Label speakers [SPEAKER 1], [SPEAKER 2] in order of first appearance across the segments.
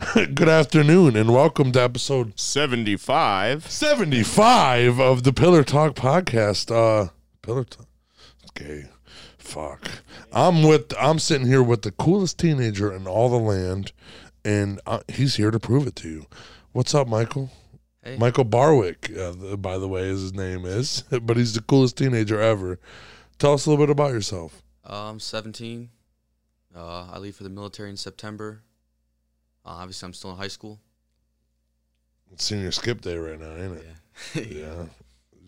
[SPEAKER 1] Good afternoon and welcome to episode
[SPEAKER 2] 75.
[SPEAKER 1] 75 of the Pillar Talk podcast. Uh Pillar Talk. Okay. Fuck. I'm with I'm sitting here with the coolest teenager in all the land and uh, he's here to prove it to you. What's up, Michael?
[SPEAKER 3] Hey.
[SPEAKER 1] Michael Barwick, uh, th- by the way, is his name is, but he's the coolest teenager ever. Tell us a little bit about yourself.
[SPEAKER 3] Uh, I'm 17. Uh, I leave for the military in September. Uh, obviously, I'm still in high school.
[SPEAKER 1] It's senior skip day right now, ain't it?
[SPEAKER 3] Yeah.
[SPEAKER 1] Yeah.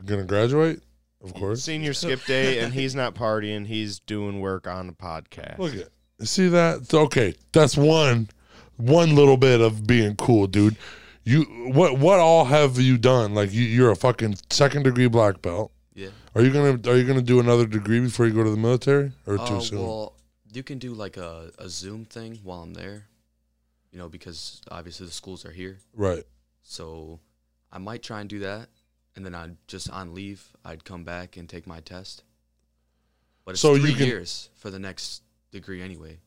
[SPEAKER 1] Gonna graduate? Of course.
[SPEAKER 2] Senior skip day, and he's not partying. He's doing work on a podcast.
[SPEAKER 1] Look at see that? Okay, that's one one little bit of being cool, dude. You what what all have you done? Like you, you're a fucking second degree black belt.
[SPEAKER 3] yeah.
[SPEAKER 1] Are you gonna are you gonna do another degree before you go to the military or too
[SPEAKER 3] Uh,
[SPEAKER 1] soon?
[SPEAKER 3] well, you can do like a, a Zoom thing while I'm there, you know, because obviously the schools are here.
[SPEAKER 1] right.
[SPEAKER 3] So I might try and do that. And then I'd just on leave, I'd come back and take my test. But it's
[SPEAKER 1] So you
[SPEAKER 3] three
[SPEAKER 1] can-
[SPEAKER 3] years for the next degree anyway.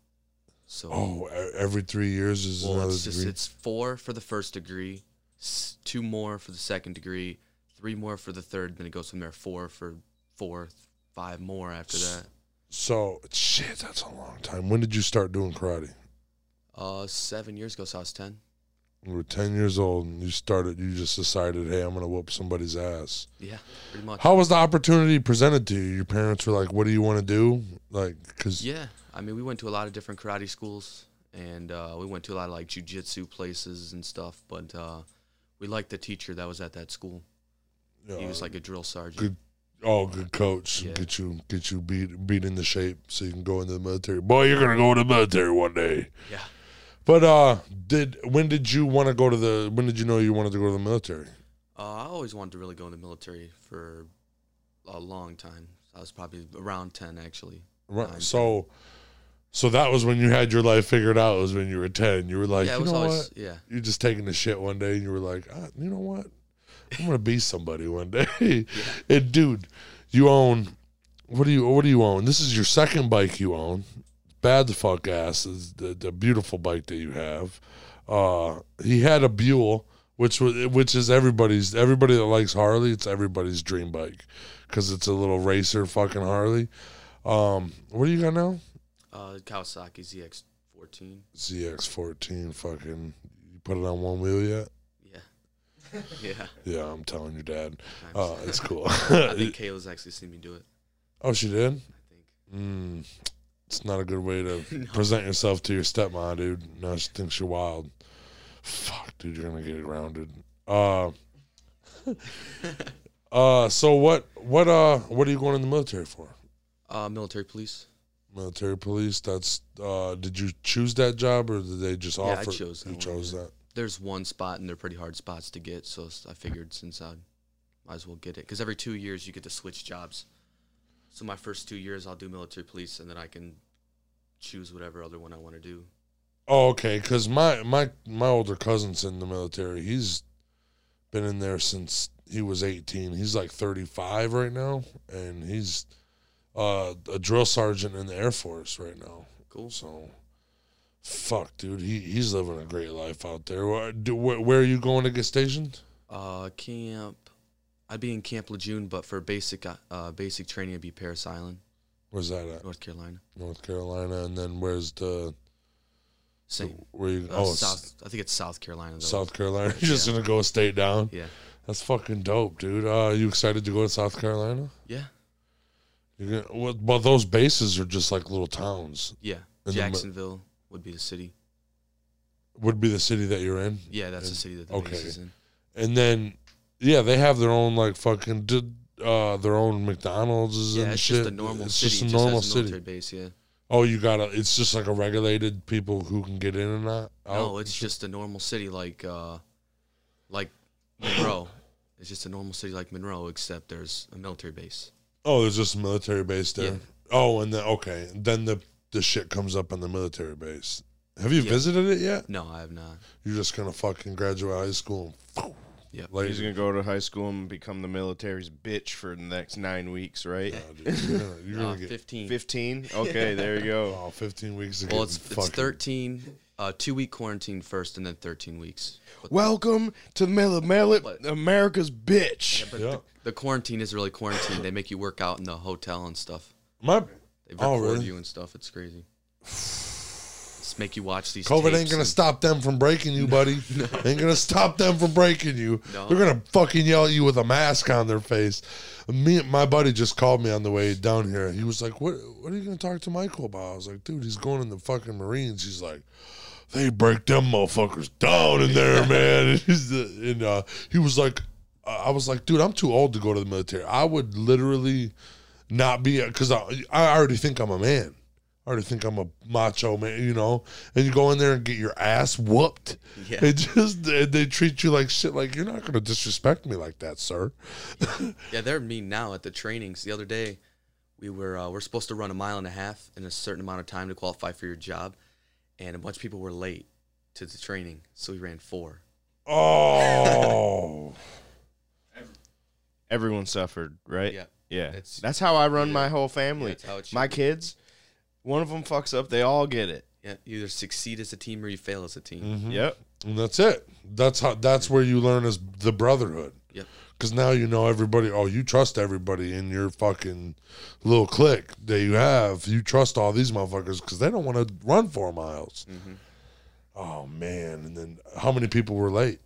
[SPEAKER 3] So
[SPEAKER 1] Oh, e- every three years is
[SPEAKER 3] Well,
[SPEAKER 1] another
[SPEAKER 3] it's just
[SPEAKER 1] degree.
[SPEAKER 3] it's four for the first degree, s- two more for the second degree, three more for the third. Then it goes from there four for four, five more after that.
[SPEAKER 1] so shit, that's a long time. When did you start doing karate?
[SPEAKER 3] Uh, seven years ago, so I was ten.
[SPEAKER 1] You were ten years old and you started. You just decided, hey, I'm gonna whoop somebody's ass.
[SPEAKER 3] Yeah, pretty much.
[SPEAKER 1] How was the opportunity presented to you? Your parents were like, "What do you want to do?" Like, cause
[SPEAKER 3] Yeah, I mean, we went to a lot of different karate schools, and uh, we went to a lot of like jujitsu places and stuff. But uh, we liked the teacher that was at that school.
[SPEAKER 1] you
[SPEAKER 3] He
[SPEAKER 1] know,
[SPEAKER 3] was like a drill sergeant.
[SPEAKER 1] good, oh, good coach.
[SPEAKER 3] Yeah.
[SPEAKER 1] Get you, get you beat, beat into shape so you can go into the military. Boy, you're gonna go into the military one day.
[SPEAKER 3] Yeah.
[SPEAKER 1] But uh, did when did you want to go to the? When did you know you wanted to go to the military?
[SPEAKER 3] Uh, I always wanted to really go in the military for a long time. I was probably around ten actually.
[SPEAKER 1] Right.
[SPEAKER 3] Nine,
[SPEAKER 1] so, so that was when you had your life figured out. Was when you were ten. You were like,
[SPEAKER 3] yeah, it
[SPEAKER 1] Uh, you
[SPEAKER 3] was
[SPEAKER 1] know
[SPEAKER 3] always
[SPEAKER 1] what?
[SPEAKER 3] yeah.
[SPEAKER 1] You're just taking the shit one day, and you were like, ah, you know what? I'm gonna be somebody one day. and dude, you own what do you what do you own? This is your second bike you own. Bad the fuck ass is the, the beautiful bike that you have. Uh, he had a Buell, which was which is everybody's everybody that likes Harley. It's everybody's dream bike because it's a little racer fucking Harley. Um, what do you got now?
[SPEAKER 3] Uh, Kawasaki ZX14.
[SPEAKER 1] ZX14 fucking. You put it on one wheel yet?
[SPEAKER 3] Yeah. yeah.
[SPEAKER 1] Yeah, I'm telling your dad.
[SPEAKER 3] Nice.
[SPEAKER 1] Oh, it's cool.
[SPEAKER 3] I think Kayla's actually seen me do it.
[SPEAKER 1] oh, she did.
[SPEAKER 3] I think.
[SPEAKER 1] Mm, it's not a good way to present yourself to your stepmom, dude. Now she thinks you're wild. Fuck, dude, you're gonna get grounded. Uh, uh, so what? What? Uh, what are you going in the military for?
[SPEAKER 3] Uh, military police.
[SPEAKER 1] Military police. That's. Uh, did you choose that job or did they just
[SPEAKER 3] Yeah, I
[SPEAKER 1] offer?
[SPEAKER 3] chose that
[SPEAKER 1] You
[SPEAKER 3] one,
[SPEAKER 1] chose that.
[SPEAKER 3] There's one spot, and they're pretty hard spots to get. So s- I figured since I might as well get it, because every two years you get to switch jobs. So my first two years I'll do military police, and then I can choose whatever other one I want to do.
[SPEAKER 1] Oh, okay. Because my my my older cousin's in the military. He's been in there since he was eighteen. He's like thirty five right now, and he's uh, a drill sergeant in the Air Force right now.
[SPEAKER 3] Cool.
[SPEAKER 1] So, fuck, dude, he he's living a great life out there. Where, do, where, where are you going to get stationed?
[SPEAKER 3] Uh, camp. I'd be in Camp Lejeune, but for basic uh, uh, basic training, I'd be Paris Island,
[SPEAKER 1] Where's that at?
[SPEAKER 3] North Carolina.
[SPEAKER 1] North Carolina, and then where's the
[SPEAKER 3] Same.
[SPEAKER 1] where you?
[SPEAKER 3] Uh,
[SPEAKER 1] oh, it's
[SPEAKER 3] South. I think it's South Carolina. Though.
[SPEAKER 1] South Carolina. You're just gonna go a state down.
[SPEAKER 3] Yeah.
[SPEAKER 1] That's fucking dope, dude. Uh, you excited to go to South Carolina?
[SPEAKER 3] Yeah.
[SPEAKER 1] You're gonna, well, well, those bases are just like little towns.
[SPEAKER 3] Yeah.
[SPEAKER 1] the mi-
[SPEAKER 3] Jacksonville would be the city.
[SPEAKER 1] Would be the city that you're in,
[SPEAKER 3] Yeah, that's the city that the base
[SPEAKER 1] okay.
[SPEAKER 3] is in.
[SPEAKER 1] and then yeah, they have their own like fucking did uh their own McDonald's
[SPEAKER 3] Yeah,
[SPEAKER 1] and
[SPEAKER 3] it's
[SPEAKER 1] shit.
[SPEAKER 3] just a normal
[SPEAKER 1] it's
[SPEAKER 3] city.
[SPEAKER 1] just a normal
[SPEAKER 3] has a
[SPEAKER 1] city.
[SPEAKER 3] military base, yeah.
[SPEAKER 1] Oh, you gotta. It's just like a regulated people who can get in and not. out Oh.
[SPEAKER 3] no,
[SPEAKER 1] and
[SPEAKER 3] it's
[SPEAKER 1] shit.
[SPEAKER 3] just a normal city like uh like Monroe. it's just a normal city like Monroe, except there's a military base.
[SPEAKER 1] oh, there's just a military base there.
[SPEAKER 3] Yeah.
[SPEAKER 1] Oh, and then okay, then the the shit comes up on the military base. Have you
[SPEAKER 3] Yeah.
[SPEAKER 1] visited it yet?
[SPEAKER 3] No, I have not.
[SPEAKER 1] You're just gonna fucking graduate high school. And
[SPEAKER 3] Yeah.
[SPEAKER 1] like,
[SPEAKER 2] He's going to go to high school and become the military's bitch for the next nine weeks, right?
[SPEAKER 1] you're gonna, you're
[SPEAKER 3] Uh,
[SPEAKER 1] gonna get
[SPEAKER 3] 15.
[SPEAKER 2] 15? Okay, there you go.
[SPEAKER 1] oh, 15 weeks. Of
[SPEAKER 3] Well,
[SPEAKER 1] getting
[SPEAKER 3] it's it's
[SPEAKER 1] fucking-
[SPEAKER 3] 13 Uh, two week quarantine first, and then thirteen weeks. But,
[SPEAKER 2] Welcome to Mela Mela,
[SPEAKER 3] What?
[SPEAKER 2] America's bitch.
[SPEAKER 3] but
[SPEAKER 1] Yeah.
[SPEAKER 3] the, the quarantine is really quarantine. They make you work out in the hotel and stuff.
[SPEAKER 1] My
[SPEAKER 3] They
[SPEAKER 1] Oh,
[SPEAKER 3] record
[SPEAKER 1] really?
[SPEAKER 3] you and stuff. It's crazy. Just make you watch these.
[SPEAKER 1] COVID ain't
[SPEAKER 3] tapes
[SPEAKER 1] gonna
[SPEAKER 3] and-
[SPEAKER 1] stop them from breaking you, buddy. Ain't gonna stop them from breaking you.
[SPEAKER 3] No.
[SPEAKER 1] They're gonna fucking yell at you with a mask on their face. Me, my buddy just called me on the way down here. He was like, "What? What are you gonna talk to Michael about?" I was like, "Dude, he's going in the fucking Marines." He's like, "They break them motherfuckers down in there, man." And, he's the- and, uh, he was like, "I I was like, dude, I'm too old to go to the military. I would literally not be because I, I already think I'm a man." I already think I'm a macho man, you know. And you go in there and get your ass whooped.
[SPEAKER 3] Yeah.
[SPEAKER 1] It just they, they treat you like shit. Like you're not going to disrespect me like that, sir.
[SPEAKER 3] Yeah, they're mean now at the trainings. The other day, we were uh, we're supposed to run a mile and a half in a certain amount of time to qualify for your job, and a bunch of people were late to the training, so we ran four.
[SPEAKER 1] Oh,
[SPEAKER 2] Everyone suffered, right?
[SPEAKER 3] Yeah.
[SPEAKER 2] Yeah.
[SPEAKER 3] It's-
[SPEAKER 2] that's how I run my whole
[SPEAKER 3] Yeah,
[SPEAKER 2] family.
[SPEAKER 3] that's how it should
[SPEAKER 2] my
[SPEAKER 3] be.
[SPEAKER 2] kids, one of them fucks up, they all get it.
[SPEAKER 3] Yeah, you either succeed as a team or you fail as a team.
[SPEAKER 1] Mm.
[SPEAKER 2] Yep.
[SPEAKER 1] and that's it. That's how. That's where you learn is the brotherhood.
[SPEAKER 3] Yep.
[SPEAKER 1] Because now you know everybody. Oh, you trust everybody in your fucking little clique that you have. You trust all these motherfuckers because they don't want to run four miles.
[SPEAKER 3] Mm-hmm.
[SPEAKER 1] Oh man! And then how many people were late?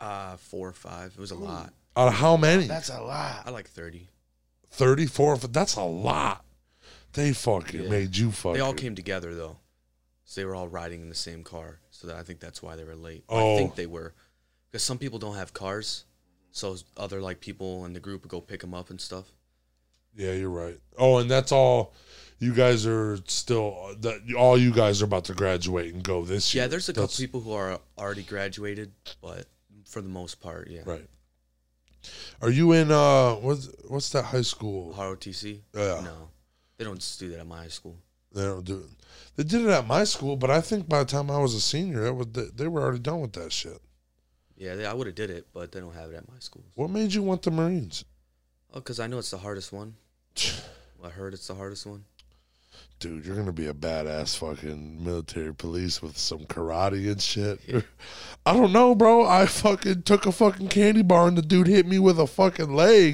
[SPEAKER 3] Uh, four or five. It was a lot.
[SPEAKER 1] Out of how many?
[SPEAKER 2] That's a lot.
[SPEAKER 3] I like thirty.
[SPEAKER 1] 34 that's a lot they fucking
[SPEAKER 3] Yeah.
[SPEAKER 1] made you fucking
[SPEAKER 3] They all came together though, so they were all riding in the same car. So that I think that's why they were late.
[SPEAKER 1] Oh.
[SPEAKER 3] I think they were, because some people don't have cars, so other like people in the group would go pick them up and stuff.
[SPEAKER 1] yeah you're right oh and that's all you guys are still that all you guys are about to graduate and go this year
[SPEAKER 3] Yeah, there's a couple
[SPEAKER 1] That's-
[SPEAKER 3] people who are already graduated, but for the most part, yeah.
[SPEAKER 1] right are you in uh what's what's that high school
[SPEAKER 3] ROTC?
[SPEAKER 1] Yeah.
[SPEAKER 3] No. They don't just do that at my high school.
[SPEAKER 1] they don't do it they did it at my school but i think by the time i was a senior it was they, they were already done with that shit
[SPEAKER 3] Yeah, they, I would have did it, but they don't have it at my school.
[SPEAKER 1] what made you want the marines
[SPEAKER 3] Oh, because I know it's the hardest one. I heard it's the hardest one.
[SPEAKER 1] dude, you're gonna be a badass fucking military police with some karate and shit. I don't know, bro. I fucking took a fucking candy bar and the dude hit me with a fucking leg.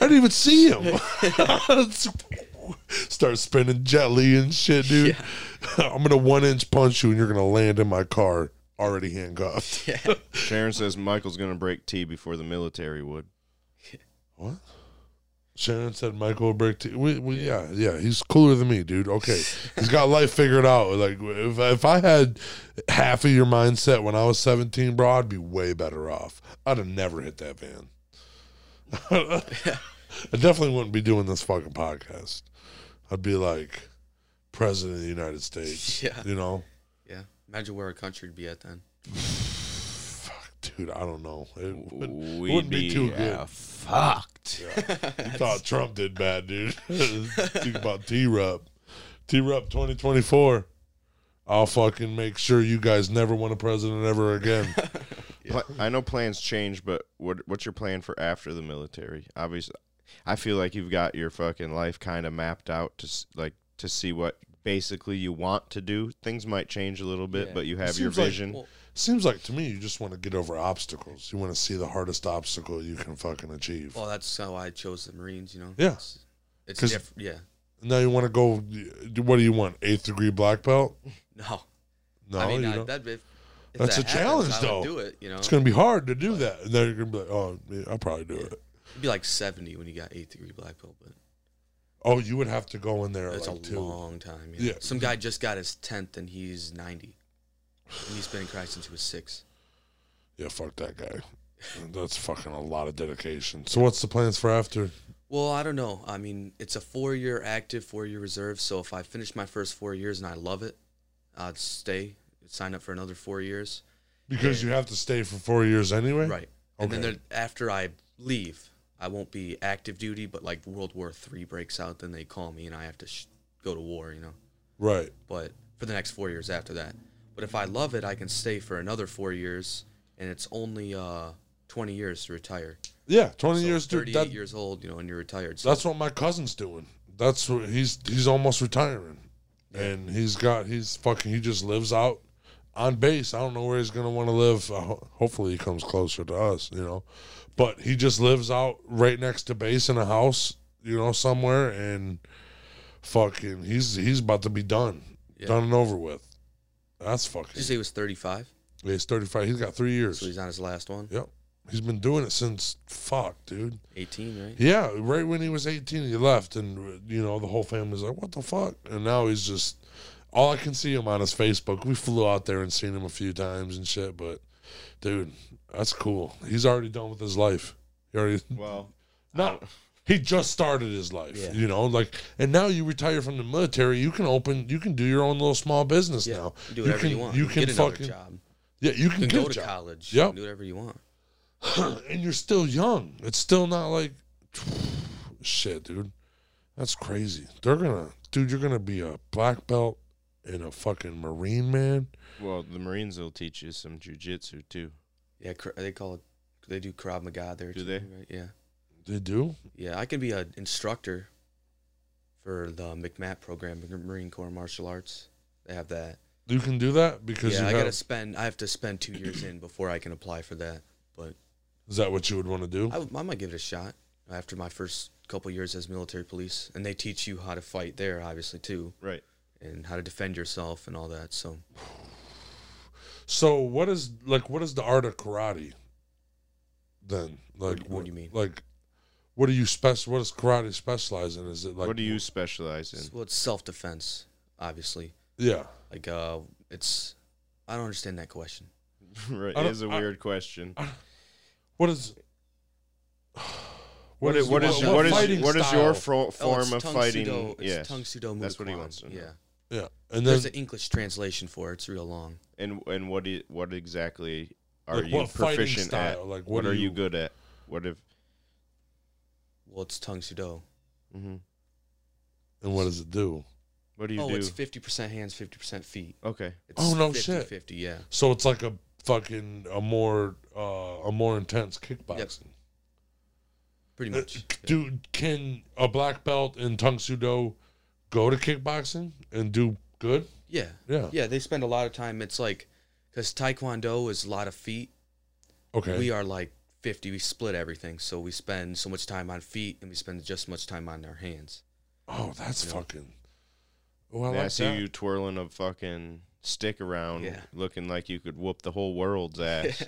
[SPEAKER 1] I didn't even see him. Start spinning gently and shit, dude. I'm gonna one inch punch you and you're gonna land in my car already handcuffed.
[SPEAKER 2] Sharon says Michael's going to break tea before the military would.
[SPEAKER 1] What? Shannon said Michael Brick. T- we, we, yeah, yeah, he's cooler than me, dude. Okay, he's got life figured out. Like if if I had half of your mindset when I was seventeen, bro, I'd be way better off. I'd have never hit that van. I definitely wouldn't be doing this fucking podcast. I'd be like president of the United States.
[SPEAKER 3] Yeah.
[SPEAKER 1] you know.
[SPEAKER 3] Yeah. Imagine where our country would be at then.
[SPEAKER 1] Fuck, Dude, I don't know. It would,
[SPEAKER 2] We'd
[SPEAKER 1] wouldn't be too good.
[SPEAKER 2] uh, fucked.
[SPEAKER 1] You thought Trump did bad, dude. Think about T Rup. T Rup 2024. I'll fucking make sure you guys never win a president ever again.
[SPEAKER 2] Pla- I know plans change, but what what's your plan for after the military? Obviously, I feel like you've got your fucking life kind of mapped out to s- like to see what basically you want to do. Things might change a little bit,
[SPEAKER 3] Yeah.
[SPEAKER 2] but you
[SPEAKER 1] It
[SPEAKER 2] have your
[SPEAKER 1] seems like-
[SPEAKER 2] vision.
[SPEAKER 3] Well,
[SPEAKER 1] Seems like to me you just want to get over obstacles. You want to see the hardest obstacle you can fucking achieve.
[SPEAKER 3] well, that's how I chose the Marines, you know?
[SPEAKER 1] Yeah.
[SPEAKER 3] It's, it's
[SPEAKER 1] 'Cause-
[SPEAKER 3] different. Yeah.
[SPEAKER 1] Now you want to go. What do you want? Eighth degree black belt?
[SPEAKER 3] No.
[SPEAKER 1] No,
[SPEAKER 3] I mean,
[SPEAKER 1] you
[SPEAKER 3] I,
[SPEAKER 1] don't.
[SPEAKER 3] that'd be, if
[SPEAKER 1] That's
[SPEAKER 3] that
[SPEAKER 1] a challenge,
[SPEAKER 3] I would
[SPEAKER 1] though.
[SPEAKER 3] do it, you know?
[SPEAKER 1] it's gonna be hard to do that. And then you're gonna be like, oh, yeah, I'll probably do it.
[SPEAKER 3] It'd be like 70 when you got eighth degree black belt, but
[SPEAKER 1] Oh, you would have to go in there.
[SPEAKER 3] That's
[SPEAKER 1] like
[SPEAKER 3] a
[SPEAKER 1] two.
[SPEAKER 3] long time. Yeah.
[SPEAKER 1] Yeah.
[SPEAKER 3] Some guy just got his tenth and he's ninety. And he's been in Christ since he was six.
[SPEAKER 1] Yeah, fuck that guy. That's fucking a lot of dedication. So what's the plans for after?
[SPEAKER 3] Well, I don't know. I mean, it's a four year active, four year reserve. So if I finish my first four years and I love it, I'd stay, sign up for another four years.
[SPEAKER 1] Because you have to stay for four years anyway.
[SPEAKER 3] Right. And then
[SPEAKER 1] Okay.
[SPEAKER 3] there- after I leave, I won't be active duty, but like World War Three breaks out, then they call me and I have to sh- go to war, you know?
[SPEAKER 1] Right.
[SPEAKER 3] but for the next four years after that. But if I love it, I can stay for another four years, and it's only uh, 20 years to retire.
[SPEAKER 1] Yeah. Twenty
[SPEAKER 3] So
[SPEAKER 1] years, dude.
[SPEAKER 3] 38
[SPEAKER 1] That,
[SPEAKER 3] years old, you know, and you're retired. So
[SPEAKER 1] that's what my cousin's doing. That's what he's he's almost retiring. and he's got he's fucking he just lives out on base. I don't know where he's gonna want to live. Uh, ho- Hopefully, he comes closer to us, you know. But he just lives out right next to base in a house, you know, somewhere, and fucking he's he's about to be done,
[SPEAKER 3] Yeah.
[SPEAKER 1] done and over with. That's
[SPEAKER 3] Did you
[SPEAKER 1] fucking.
[SPEAKER 3] say he was 35?
[SPEAKER 1] He's thirty five. He's got three years.
[SPEAKER 3] So he's on his last one?
[SPEAKER 1] yep. He's been doing it since fuck, dude.
[SPEAKER 3] 18, right?
[SPEAKER 1] Yeah, right when he was 18, he left, and uh, you know the whole family's like, "What the fuck?" And now he's just all I can see him on his Facebook. We flew out there and seen him a few times and shit, but dude, that's cool. He's already done with his life. He already
[SPEAKER 2] Well,
[SPEAKER 1] no, he just started his life.
[SPEAKER 3] Yeah.
[SPEAKER 1] You know, like, and now you retire from the military, you can open, you can do your own little small business
[SPEAKER 3] Yeah.
[SPEAKER 1] now.
[SPEAKER 3] You do whatever
[SPEAKER 1] can,
[SPEAKER 3] you want.
[SPEAKER 1] You
[SPEAKER 3] You
[SPEAKER 1] can
[SPEAKER 3] get another
[SPEAKER 1] fucking
[SPEAKER 3] job.
[SPEAKER 1] yeah, you
[SPEAKER 3] You
[SPEAKER 1] can,
[SPEAKER 3] can
[SPEAKER 1] get
[SPEAKER 3] go
[SPEAKER 1] a
[SPEAKER 3] to
[SPEAKER 1] job.
[SPEAKER 3] college.
[SPEAKER 1] Yep.
[SPEAKER 3] You can do whatever you want.
[SPEAKER 1] and you're still young. It's still not like shit, dude. That's crazy. They're gonna, dude. You're gonna be a black belt and a fucking marine man.
[SPEAKER 2] well, the Marines will teach you some jujitsu too.
[SPEAKER 3] Yeah, cr- they call it, they do Krav Maga there.
[SPEAKER 2] Do
[SPEAKER 3] too,
[SPEAKER 2] they?
[SPEAKER 3] Right? Yeah.
[SPEAKER 1] They do.
[SPEAKER 3] Yeah, I can be an instructor for the McMat program, Marine Corps Martial Arts. They have that.
[SPEAKER 1] You can do that because
[SPEAKER 3] Yeah,
[SPEAKER 1] you
[SPEAKER 3] I
[SPEAKER 1] have,
[SPEAKER 3] gotta spend. I have to spend two years in before I can apply for that. But
[SPEAKER 1] is that what you would want to do?
[SPEAKER 3] I, would- I might give it a shot after my first couple years as military police, and they teach you how to fight there, obviously too,
[SPEAKER 2] Right.
[SPEAKER 3] and how to defend yourself and all that. So
[SPEAKER 1] so what is like? What is the art of karate? Then, like,
[SPEAKER 3] do you- what do you mean?
[SPEAKER 1] Like, what do you spec? What does karate specialize in? Is it like
[SPEAKER 2] what do you specialize in?
[SPEAKER 3] it's, well, it's self defense, obviously.
[SPEAKER 1] Yeah,
[SPEAKER 3] Like uh, it's I don't understand that question.
[SPEAKER 2] right.
[SPEAKER 1] I
[SPEAKER 2] It
[SPEAKER 1] don't-
[SPEAKER 2] is a
[SPEAKER 1] I-
[SPEAKER 2] weird question.
[SPEAKER 1] what is?
[SPEAKER 2] What is what is
[SPEAKER 3] what-
[SPEAKER 2] your- what is
[SPEAKER 1] fighting
[SPEAKER 2] what is
[SPEAKER 1] style?
[SPEAKER 2] your fro-
[SPEAKER 3] Oh, it's
[SPEAKER 2] form of
[SPEAKER 3] Tung
[SPEAKER 2] fighting?
[SPEAKER 3] Sudo- it's
[SPEAKER 2] yes.
[SPEAKER 3] Tung Sudo
[SPEAKER 2] That's what he
[SPEAKER 3] Muay
[SPEAKER 2] wants
[SPEAKER 3] Kwan.
[SPEAKER 2] to know.
[SPEAKER 3] Yeah,
[SPEAKER 1] yeah, and then
[SPEAKER 3] there's an English translation for it. It's real long.
[SPEAKER 2] And and what i- what exactly are
[SPEAKER 1] Like,
[SPEAKER 2] you
[SPEAKER 1] what fighting
[SPEAKER 2] proficient
[SPEAKER 1] style?
[SPEAKER 2] at?
[SPEAKER 1] Like, what
[SPEAKER 2] what,
[SPEAKER 1] do
[SPEAKER 2] are you
[SPEAKER 1] you-
[SPEAKER 2] good at? What if?
[SPEAKER 3] Well, it's Tung Sudo.
[SPEAKER 2] hmm
[SPEAKER 1] and what does it do?
[SPEAKER 2] What do you
[SPEAKER 3] oh,
[SPEAKER 2] do?
[SPEAKER 3] it's fifty percent hands, fifty percent feet.
[SPEAKER 2] okay.
[SPEAKER 3] It's
[SPEAKER 1] Oh, no shit.
[SPEAKER 3] Fifty, yeah.
[SPEAKER 1] So it's like a fucking a more uh, a more intense kickboxing.
[SPEAKER 3] Pretty
[SPEAKER 1] Uh,
[SPEAKER 3] much. yeah.
[SPEAKER 1] Do can a black belt in Tung Sudo go to kickboxing and do good?
[SPEAKER 3] Yeah.
[SPEAKER 1] Yeah.
[SPEAKER 3] Yeah, they spend a lot of time. It's like, because Taekwondo is a lot of feet.
[SPEAKER 1] Okay.
[SPEAKER 3] We are like 50. We split everything. So we spend so much time on feet and we spend just as much time on our hands.
[SPEAKER 1] oh, that's fucking. Oh, I
[SPEAKER 2] I,
[SPEAKER 1] like
[SPEAKER 2] see
[SPEAKER 1] that.
[SPEAKER 2] you twirling a fucking stick around,
[SPEAKER 3] Yeah.
[SPEAKER 2] looking like you could whoop the whole world's ass.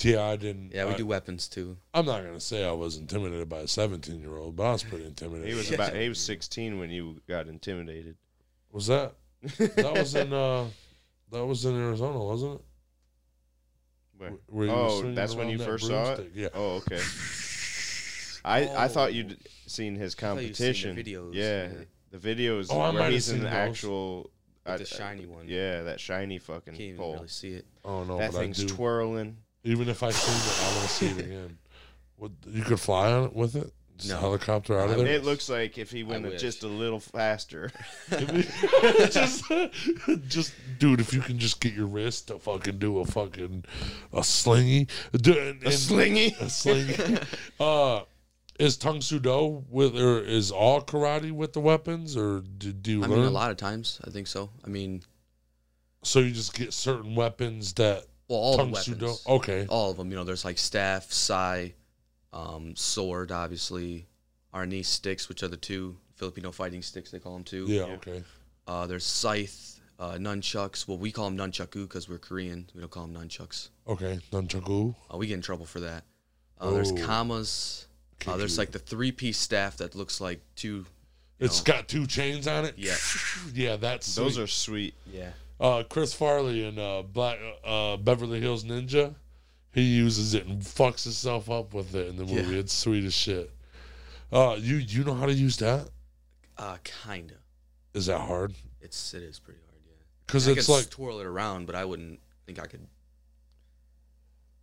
[SPEAKER 1] Yeah, I didn't.
[SPEAKER 3] Yeah, we
[SPEAKER 1] I,
[SPEAKER 3] do weapons too.
[SPEAKER 1] I'm not gonna say I was intimidated by a 17 year old, but I was pretty intimidated.
[SPEAKER 2] he was about he was 16 when you got intimidated.
[SPEAKER 1] Was that? That was in. uh That was in Arizona, wasn't it?
[SPEAKER 2] Where-
[SPEAKER 1] Wh- where you were
[SPEAKER 2] oh,
[SPEAKER 1] swinging
[SPEAKER 2] that's when
[SPEAKER 1] around
[SPEAKER 2] you
[SPEAKER 1] that
[SPEAKER 2] first saw it.
[SPEAKER 1] broomstick, yeah.
[SPEAKER 2] Oh, okay. I I thought
[SPEAKER 3] Oh.
[SPEAKER 2] you'd seen his
[SPEAKER 3] I thought you'd seen the
[SPEAKER 2] competition.
[SPEAKER 3] videos,
[SPEAKER 2] yeah,
[SPEAKER 3] yeah.
[SPEAKER 2] the videos
[SPEAKER 1] Oh, I might
[SPEAKER 2] where
[SPEAKER 1] have
[SPEAKER 2] he's in
[SPEAKER 1] seen
[SPEAKER 2] the
[SPEAKER 1] those.
[SPEAKER 2] actual
[SPEAKER 3] With the shiny one.
[SPEAKER 2] Yeah, that shiny fucking
[SPEAKER 3] Can't even
[SPEAKER 2] pole.
[SPEAKER 3] really see it.
[SPEAKER 1] Oh no,
[SPEAKER 2] that
[SPEAKER 1] but I
[SPEAKER 2] thing's
[SPEAKER 1] do.
[SPEAKER 2] twirling.
[SPEAKER 1] Even if I see it, I want to see it again. What you could fly on it with it? Just
[SPEAKER 3] No.
[SPEAKER 1] helicopter out of
[SPEAKER 3] I
[SPEAKER 1] there.
[SPEAKER 2] It looks like if he went
[SPEAKER 3] wish.
[SPEAKER 2] just a little faster.
[SPEAKER 1] just, just, dude, if you can just get your wrist to fucking do a fucking a slingy, do, and, and-
[SPEAKER 2] Slingy.
[SPEAKER 1] a slingy. uh, is Tung Sudo with or is all karate with the weapons, or do, do you
[SPEAKER 3] I
[SPEAKER 1] learn?
[SPEAKER 3] mean, a lot of times, I think so. I mean,
[SPEAKER 1] So you just get certain weapons that
[SPEAKER 3] well, all
[SPEAKER 1] Tung
[SPEAKER 3] the weapons.
[SPEAKER 1] Sudo. Okay,
[SPEAKER 3] All of them. You know, there's like staff, sai, um, sword, obviously, arnis sticks, which are the two Filipino fighting sticks, they call them too.
[SPEAKER 1] yeah, okay.
[SPEAKER 3] Uh, there's scythe, uh, nunchucks. Well, we call them nunchaku because we're Korean. We don't call them nunchucks.
[SPEAKER 1] Okay, nunchaku.
[SPEAKER 3] Uh, we get in trouble for that. Uh, there's
[SPEAKER 1] Oh.
[SPEAKER 3] commas. Uh,
[SPEAKER 1] Kick
[SPEAKER 3] there's
[SPEAKER 1] you.
[SPEAKER 3] like the three piece staff that looks like two.
[SPEAKER 1] It's got two chains on it.
[SPEAKER 3] Yeah.
[SPEAKER 1] yeah, that's
[SPEAKER 2] Those
[SPEAKER 1] sweet.
[SPEAKER 2] are sweet.
[SPEAKER 3] Yeah.
[SPEAKER 1] uh, Chris Farley in uh, Black uh, Beverly Hills Ninja. He uses it and fucks himself up with it in the movie.
[SPEAKER 3] Yeah.
[SPEAKER 1] It's sweet as shit. Uh, you you know how to use that?
[SPEAKER 3] Uh, kinda.
[SPEAKER 1] Is that hard?
[SPEAKER 3] It's it is pretty hard. Yeah.
[SPEAKER 1] Because
[SPEAKER 3] I
[SPEAKER 1] it's
[SPEAKER 3] could
[SPEAKER 1] like
[SPEAKER 3] twirl it around, but I wouldn't think I could.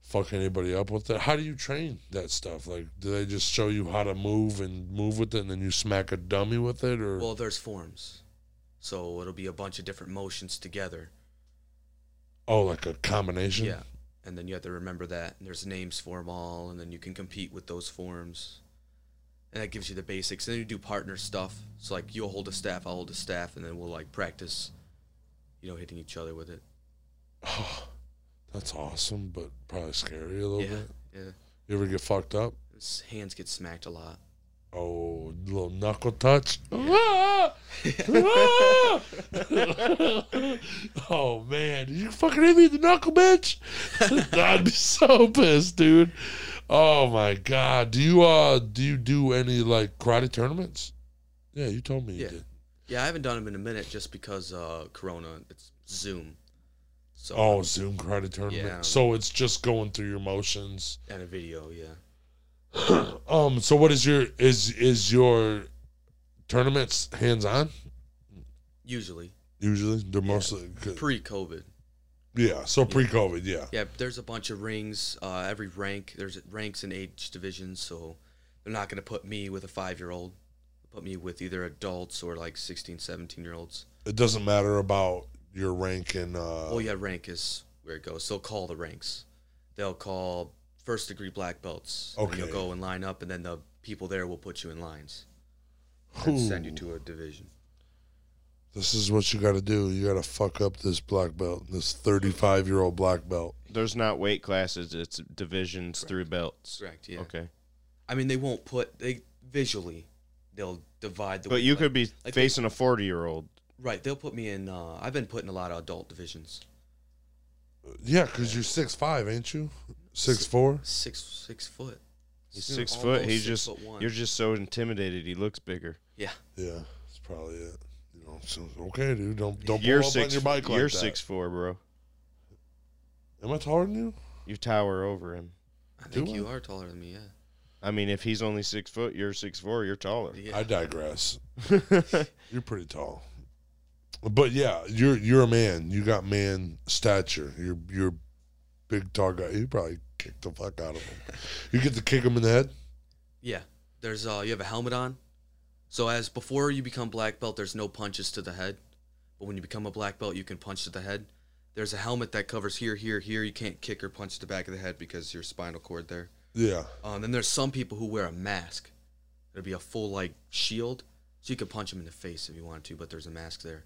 [SPEAKER 1] fuck anybody up with it. How do you train that stuff? Like, do they just show you how to move and move with it, and then you smack a dummy with it, or
[SPEAKER 3] Well, there's forms, so it'll be a bunch of different motions together.
[SPEAKER 1] oh, like a combination?
[SPEAKER 3] Yeah. And then you have to remember that. And there's names for them all, and then you can compete with those forms. and that gives you the basics. And then you do partner stuff. So like you'll hold a staff, I'll hold a staff, and then we'll like practice, you know, hitting each other with it.
[SPEAKER 1] That's awesome, but probably scary a little
[SPEAKER 3] yeah,
[SPEAKER 1] bit.
[SPEAKER 3] yeah.
[SPEAKER 1] You ever get fucked up?
[SPEAKER 3] His hands get smacked a lot.
[SPEAKER 1] Oh, little knuckle touch. Ah! Ah! oh man, you fucking hit me with the knuckle, bitch. I'd be so pissed, dude. Oh my god. Do you uh do you do any like karate tournaments? Yeah, you told me you
[SPEAKER 3] Yeah.
[SPEAKER 1] did.
[SPEAKER 3] Yeah, I haven't done them in a minute just because uh Corona. It's Zoom. So
[SPEAKER 1] Oh, Zoom karate tournament.
[SPEAKER 3] Yeah.
[SPEAKER 1] So it's just going through your motions.
[SPEAKER 3] and a video, yeah.
[SPEAKER 1] Um, so what is your is is your tournaments hands on?
[SPEAKER 3] Usually
[SPEAKER 1] Usually, they're mostly
[SPEAKER 3] pre-COVID.
[SPEAKER 1] yeah. So pre-COVID, yeah.
[SPEAKER 3] Yeah, there's a bunch of rings. Uh, every rank there's ranks in age divisions, so they're not gonna put me with a five-year-old. Put me with either adults or like 16, 17 year olds.
[SPEAKER 1] It doesn't matter about your rank and uh,
[SPEAKER 3] Oh yeah, rank is where it goes. They'll call the ranks. They'll call first degree black belts. and
[SPEAKER 1] Okay.
[SPEAKER 3] You'll go and line up, and then the people there will put you in lines and send you
[SPEAKER 1] Ooh.
[SPEAKER 3] to a division.
[SPEAKER 1] this is what you got to do. You got to fuck up this black belt, this thirty-five-year-old black belt.
[SPEAKER 2] There's not weight classes. It's divisions through belts.
[SPEAKER 3] Correct. Yeah.
[SPEAKER 2] Okay,
[SPEAKER 3] I mean, they won't put they visually. They'll divide the.
[SPEAKER 2] but you
[SPEAKER 3] like-
[SPEAKER 2] could be
[SPEAKER 3] like they-
[SPEAKER 2] facing a 40 year old.
[SPEAKER 3] right. They'll put me in. Uh, I've been put in a lot of adult divisions.
[SPEAKER 1] Yeah, because you're six-five, ain't you? Six-four.
[SPEAKER 3] Six six foot.
[SPEAKER 2] He's
[SPEAKER 3] You're
[SPEAKER 2] six foot.
[SPEAKER 3] almost
[SPEAKER 2] He's
[SPEAKER 3] six
[SPEAKER 2] just
[SPEAKER 3] foot one.
[SPEAKER 2] you're just so intimidated. He looks bigger.
[SPEAKER 3] yeah.
[SPEAKER 1] Yeah, that's probably it. You know, so, okay, dude. Don't don't blow
[SPEAKER 2] you're
[SPEAKER 1] up
[SPEAKER 2] six.
[SPEAKER 1] on your bike like
[SPEAKER 2] you're
[SPEAKER 1] that.
[SPEAKER 2] six four, bro.
[SPEAKER 1] Am I taller than you?
[SPEAKER 2] You tower over him.
[SPEAKER 3] I
[SPEAKER 1] Do
[SPEAKER 3] think you
[SPEAKER 1] I?
[SPEAKER 3] are taller than me. Yeah.
[SPEAKER 2] I mean, if he's only six foot, you're six four. You're taller.
[SPEAKER 3] Yeah.
[SPEAKER 1] I digress. you're pretty tall, but yeah, you're you're a man. You got man stature. You're you're big tall guy. You probably kick the fuck out of him. You get to kick him in the head.
[SPEAKER 3] Yeah. There's uh you have a helmet on. So as before you become black belt, there's no punches to the head. But when you become a black belt, you can punch to the head. There's a helmet that covers here, here, here. You can't kick or punch the back of the head because your spinal cord there.
[SPEAKER 1] Yeah.
[SPEAKER 3] Um, then there's some people who wear a mask. It'll be a full like shield, so you could punch them in the face if you wanted to, but there's a mask there.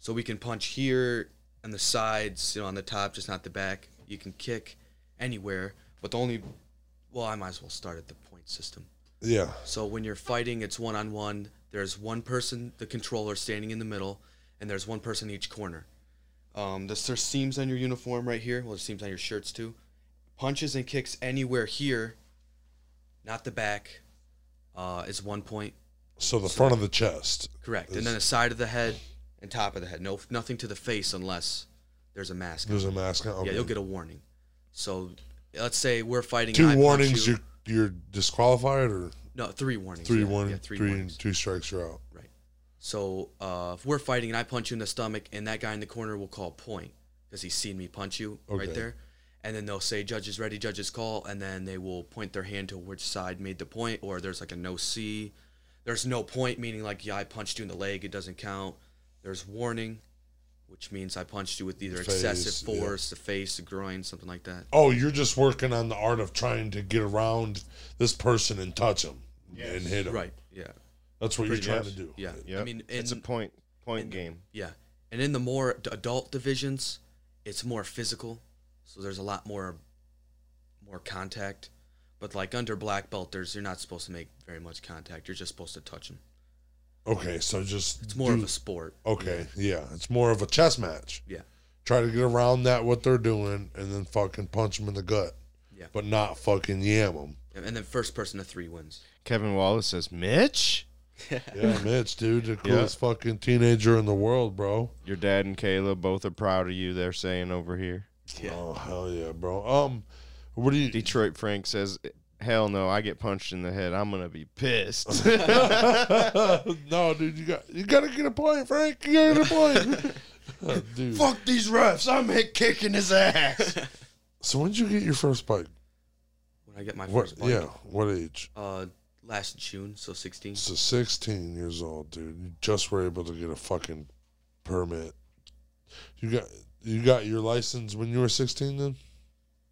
[SPEAKER 3] So we can punch here on the sides, you know, on the top, just not the back. You can kick anywhere, but the only, well, I might as well start at the point system.
[SPEAKER 1] Yeah.
[SPEAKER 3] So when you're fighting, it's one on one. There's one person, the controller, standing in the middle, and there's one person in each corner. Um, this, there's seams on your uniform right here. Well, there's seams on your shirts too. Punches and kicks anywhere here, not the back, uh, is one point.
[SPEAKER 1] So the front of the chest.
[SPEAKER 3] Correct. And then the side of the head and top of the head. No, nothing to the face unless there's a mask. on.
[SPEAKER 1] There's a mask on.
[SPEAKER 3] Yeah,
[SPEAKER 1] Okay.
[SPEAKER 3] you'll get a warning. So let's say we're fighting. and I
[SPEAKER 1] two
[SPEAKER 3] punch
[SPEAKER 1] warnings.
[SPEAKER 3] you.
[SPEAKER 1] You. are you're disqualified or
[SPEAKER 3] No, three warnings.
[SPEAKER 1] three
[SPEAKER 3] yeah,
[SPEAKER 1] one
[SPEAKER 3] yeah,
[SPEAKER 1] three
[SPEAKER 3] three
[SPEAKER 1] three
[SPEAKER 3] warnings.
[SPEAKER 1] two strikes you're out.
[SPEAKER 3] Right. So uh, if we're fighting and I punch you in the stomach, and that guy in the corner will call point because he's seen me punch you
[SPEAKER 1] Okay.
[SPEAKER 3] right there, and then they'll say judges ready, judges call, and then they will point their hand to which side made the point, or there's like a no C, there's no point meaning like yeah I punched you in the leg, it doesn't count. There's warning, which means I punched you with either
[SPEAKER 1] The face,
[SPEAKER 3] excessive
[SPEAKER 1] yeah.
[SPEAKER 3] force, the face, the groin, something like that.
[SPEAKER 1] Oh, you're just working on the art of trying to get around this person and touch him and hit him.
[SPEAKER 3] Right. Yeah.
[SPEAKER 1] That's what
[SPEAKER 3] Pretty
[SPEAKER 1] you're trying
[SPEAKER 2] much.
[SPEAKER 1] to do.
[SPEAKER 3] Yeah.
[SPEAKER 2] Yeah.
[SPEAKER 3] I mean,
[SPEAKER 2] it's a
[SPEAKER 3] and-
[SPEAKER 2] point point game.
[SPEAKER 3] Yeah. And in the more d- adult divisions, it's more physical. So there's a lot more more contact. But like under black belt, there's you're not supposed to make very much contact. You're just supposed to touch them.
[SPEAKER 1] Okay, so just
[SPEAKER 3] It's more
[SPEAKER 1] do- Oh.
[SPEAKER 3] of a sport.
[SPEAKER 1] Okay, yeah, it's more of a chess match.
[SPEAKER 3] Yeah.
[SPEAKER 1] Try to get around that what they're doing, and then fucking punch them in the gut,
[SPEAKER 3] Yeah.
[SPEAKER 1] but not fucking yam them.
[SPEAKER 3] And and then first person to 3 wins.
[SPEAKER 2] Kevin Wallace says, Mitch,
[SPEAKER 1] Yeah, Mitch, dude, the coolest fucking teenager in the world, bro.
[SPEAKER 2] your dad and Kayla both are proud of you. They're saying over here.
[SPEAKER 3] Yeah.
[SPEAKER 1] Oh hell yeah, bro. Um, what do you?
[SPEAKER 2] Detroit Frank says, Hell no, I get punched in the head. I'm gonna be pissed.
[SPEAKER 1] no, dude, you got you gotta get a point, Frank. You gotta get a point, Uh, dude.
[SPEAKER 2] Fuck these refs. I'm hit kicking his ass.
[SPEAKER 1] So when did you get your first bike?
[SPEAKER 3] When I get my
[SPEAKER 1] What?
[SPEAKER 3] first bike.
[SPEAKER 1] Yeah, what age?
[SPEAKER 3] Uh last June, so 16.
[SPEAKER 1] So 16 years old, dude. You just were able to get a fucking permit. You got you got your license when you were 16 then?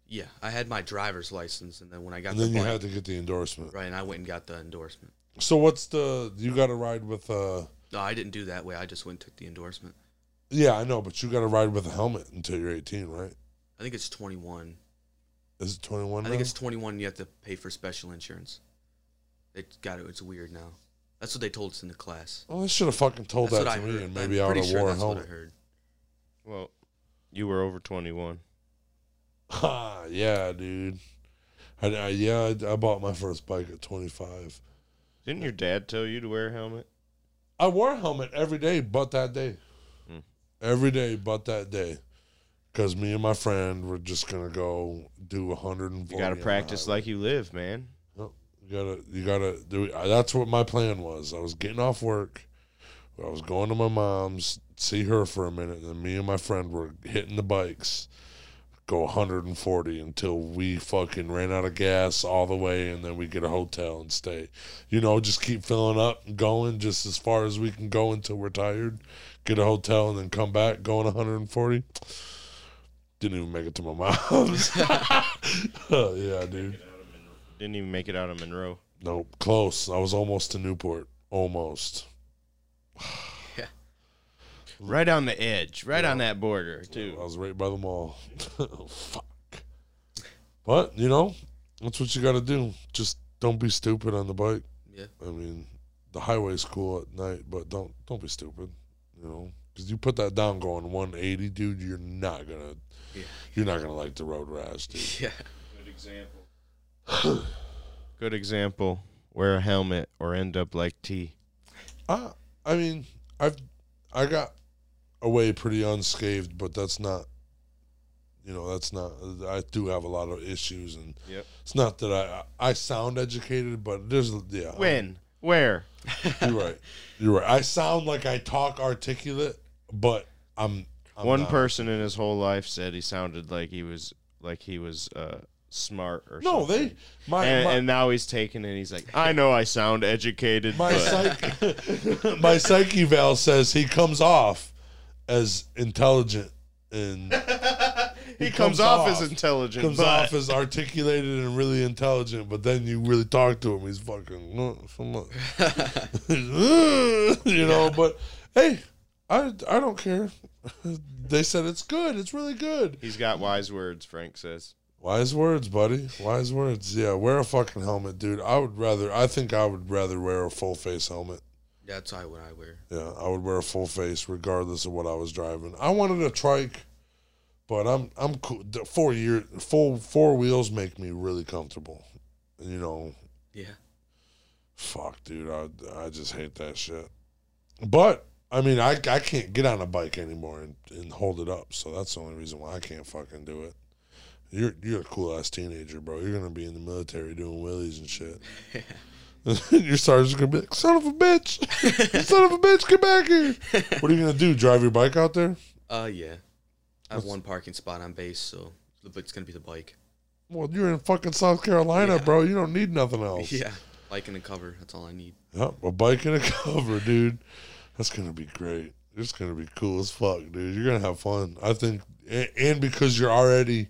[SPEAKER 3] Yeah, I had my driver's license and then when I got
[SPEAKER 1] And
[SPEAKER 3] the
[SPEAKER 1] then you
[SPEAKER 3] bike,
[SPEAKER 1] had to get the endorsement.
[SPEAKER 3] right, and I went and got the endorsement.
[SPEAKER 1] So what's the you got to ride with uh
[SPEAKER 3] No, I didn't do that way. I just went and took the endorsement.
[SPEAKER 1] yeah I know but you got to ride with a helmet until you're 18 right
[SPEAKER 3] I think it's 21.
[SPEAKER 1] is it 21
[SPEAKER 3] I think
[SPEAKER 1] now?
[SPEAKER 3] it's 21. You have to pay for special insurance. It got it. It's weird now. That's what they told us in the class.
[SPEAKER 1] well I should have Oh, fucking told
[SPEAKER 3] that's
[SPEAKER 1] that
[SPEAKER 3] what
[SPEAKER 1] to
[SPEAKER 3] I
[SPEAKER 1] me
[SPEAKER 3] heard.
[SPEAKER 1] and maybe I
[SPEAKER 3] I'm
[SPEAKER 1] would
[SPEAKER 3] pretty
[SPEAKER 1] have
[SPEAKER 3] sure
[SPEAKER 1] wore a
[SPEAKER 3] that's what I
[SPEAKER 1] helmet
[SPEAKER 3] heard.
[SPEAKER 2] Well, you were over 21.
[SPEAKER 1] ah yeah dude I, I, yeah I, I bought my first bike at 25
[SPEAKER 2] Didn't your dad tell you to wear a helmet?
[SPEAKER 1] I wore a helmet every day but that day
[SPEAKER 2] Hmm.
[SPEAKER 1] every day but that day because me and my friend were just gonna go do 140
[SPEAKER 2] You got to
[SPEAKER 1] on the
[SPEAKER 2] practice
[SPEAKER 1] highway.
[SPEAKER 2] like you live, man.
[SPEAKER 1] You gotta, you gotta do. it. That's what my plan was. I was getting off work. I was going to my mom's, see her for a minute, and then me and my friend were hitting the bikes, go 140 until we fucking ran out of gas all the way, and then we get a hotel and stay. You know, just keep filling up and going just as far as we can go until we're tired. Get a hotel and then come back going 140. Didn't even make it to my mom's. oh, yeah, dude.
[SPEAKER 2] Didn't even make it out of Monroe.
[SPEAKER 1] Nope, close. I was almost to Newport. Almost.
[SPEAKER 2] Right on the edge, right on that border,
[SPEAKER 1] I
[SPEAKER 2] too.
[SPEAKER 1] was right by the mall. Oh, Fuck. But, you know, that's what you got to do. Just don't be stupid on the bike.
[SPEAKER 3] Yeah.
[SPEAKER 1] I mean, the highway's cool at night, but don't don't be stupid, you know? Cuz you put that down going 180, dude, you're not going to
[SPEAKER 3] Yeah.
[SPEAKER 1] you're not going to like the road rash, dude.
[SPEAKER 3] Yeah.
[SPEAKER 2] Good example. Good example. Wear a helmet or end up like T.
[SPEAKER 1] I I mean, I've I got away pretty unscathed, but that's not you know, that's not I do have a lot of issues and
[SPEAKER 2] Yep.
[SPEAKER 1] it's not that I I sound educated, but there's yeah.
[SPEAKER 2] When? Where?
[SPEAKER 1] You're right. You're right. I sound like I talk articulate, but I'm, I'm
[SPEAKER 2] One
[SPEAKER 1] not.
[SPEAKER 2] person in his whole life said he sounded like he was like he was uh, smart or
[SPEAKER 1] No,
[SPEAKER 2] something.
[SPEAKER 1] they my
[SPEAKER 2] and,
[SPEAKER 1] my,
[SPEAKER 2] and now he's taken and he's like, I know I sound educated,
[SPEAKER 1] my
[SPEAKER 2] but
[SPEAKER 1] psyche my psyche valve says he comes off as intelligent and he
[SPEAKER 2] he comes,
[SPEAKER 1] comes
[SPEAKER 2] off,
[SPEAKER 1] off-
[SPEAKER 2] as intelligent.
[SPEAKER 1] comes
[SPEAKER 2] but
[SPEAKER 1] off as articulated and really intelligent, but then you really talk to him, he's fucking uh, you know. But hey, I I don't care. they said it's good. It's really good.
[SPEAKER 2] he's got wise words. Frank says.
[SPEAKER 1] Wise words, buddy. Wise words. Yeah, wear a fucking helmet, dude. I would rather. I think I would rather wear a full face helmet.
[SPEAKER 3] That's why what I wear.
[SPEAKER 1] Yeah, I would wear a full face regardless of what I was driving. I wanted a trike, but I'm I'm cool. the Four year full four wheels make me really comfortable. You know,
[SPEAKER 3] Yeah.
[SPEAKER 1] fuck, dude. I I just hate that shit. But I mean, I I can't get on a bike anymore and, and hold it up. So that's the only reason why I can't fucking do it. You're you're a cool ass teenager, bro. You're gonna be in the military doing willies and shit. Your sergeant's gonna be like, son of a bitch, son of a bitch, get back here. What are you gonna do? Drive your bike out there?
[SPEAKER 3] Uh, yeah. I have one parking spot on base, so but it's gonna be the bike.
[SPEAKER 1] Well, you're in fucking South Carolina,
[SPEAKER 3] Yeah.
[SPEAKER 1] bro. You don't need nothing else.
[SPEAKER 3] Yeah. Bike and a cover. That's all I need.
[SPEAKER 1] Yep, a bike and a cover, dude. That's gonna be great. It's gonna be cool as fuck, dude. You're gonna have fun. I think, a- and because you're already,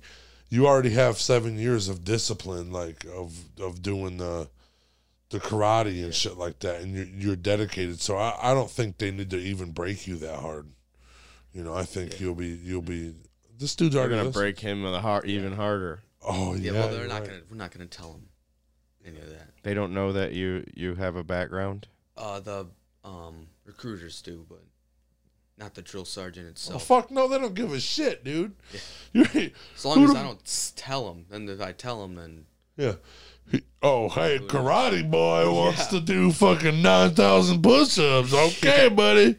[SPEAKER 1] you already have seven years of discipline, like of of doing the, the karate and shit like that, and you're you're dedicated. So I I don't think they need to even break you that hard. You know, I think you'll be you'll be. This dude's
[SPEAKER 2] They're
[SPEAKER 1] already
[SPEAKER 2] gonna
[SPEAKER 1] this-
[SPEAKER 2] break him in the heart even harder.
[SPEAKER 1] Oh
[SPEAKER 3] Yeah.
[SPEAKER 1] yeah,
[SPEAKER 3] well, they're
[SPEAKER 1] you're
[SPEAKER 3] not
[SPEAKER 1] right.
[SPEAKER 3] gonna. We're not gonna tell them any of that.
[SPEAKER 2] They don't know that you you have a background.
[SPEAKER 3] Uh, the um recruiters do, but not the drill sergeant
[SPEAKER 1] Oh,
[SPEAKER 3] itself.
[SPEAKER 1] fuck no, they don't give a shit, dude. You
[SPEAKER 3] As long as
[SPEAKER 1] Who
[SPEAKER 3] I
[SPEAKER 1] the-
[SPEAKER 3] don't s- tell them, and if I tell them, then
[SPEAKER 1] Yeah. He- Oh, hey, karate boy wants to do fucking 9,000 push ups. Okay, buddy.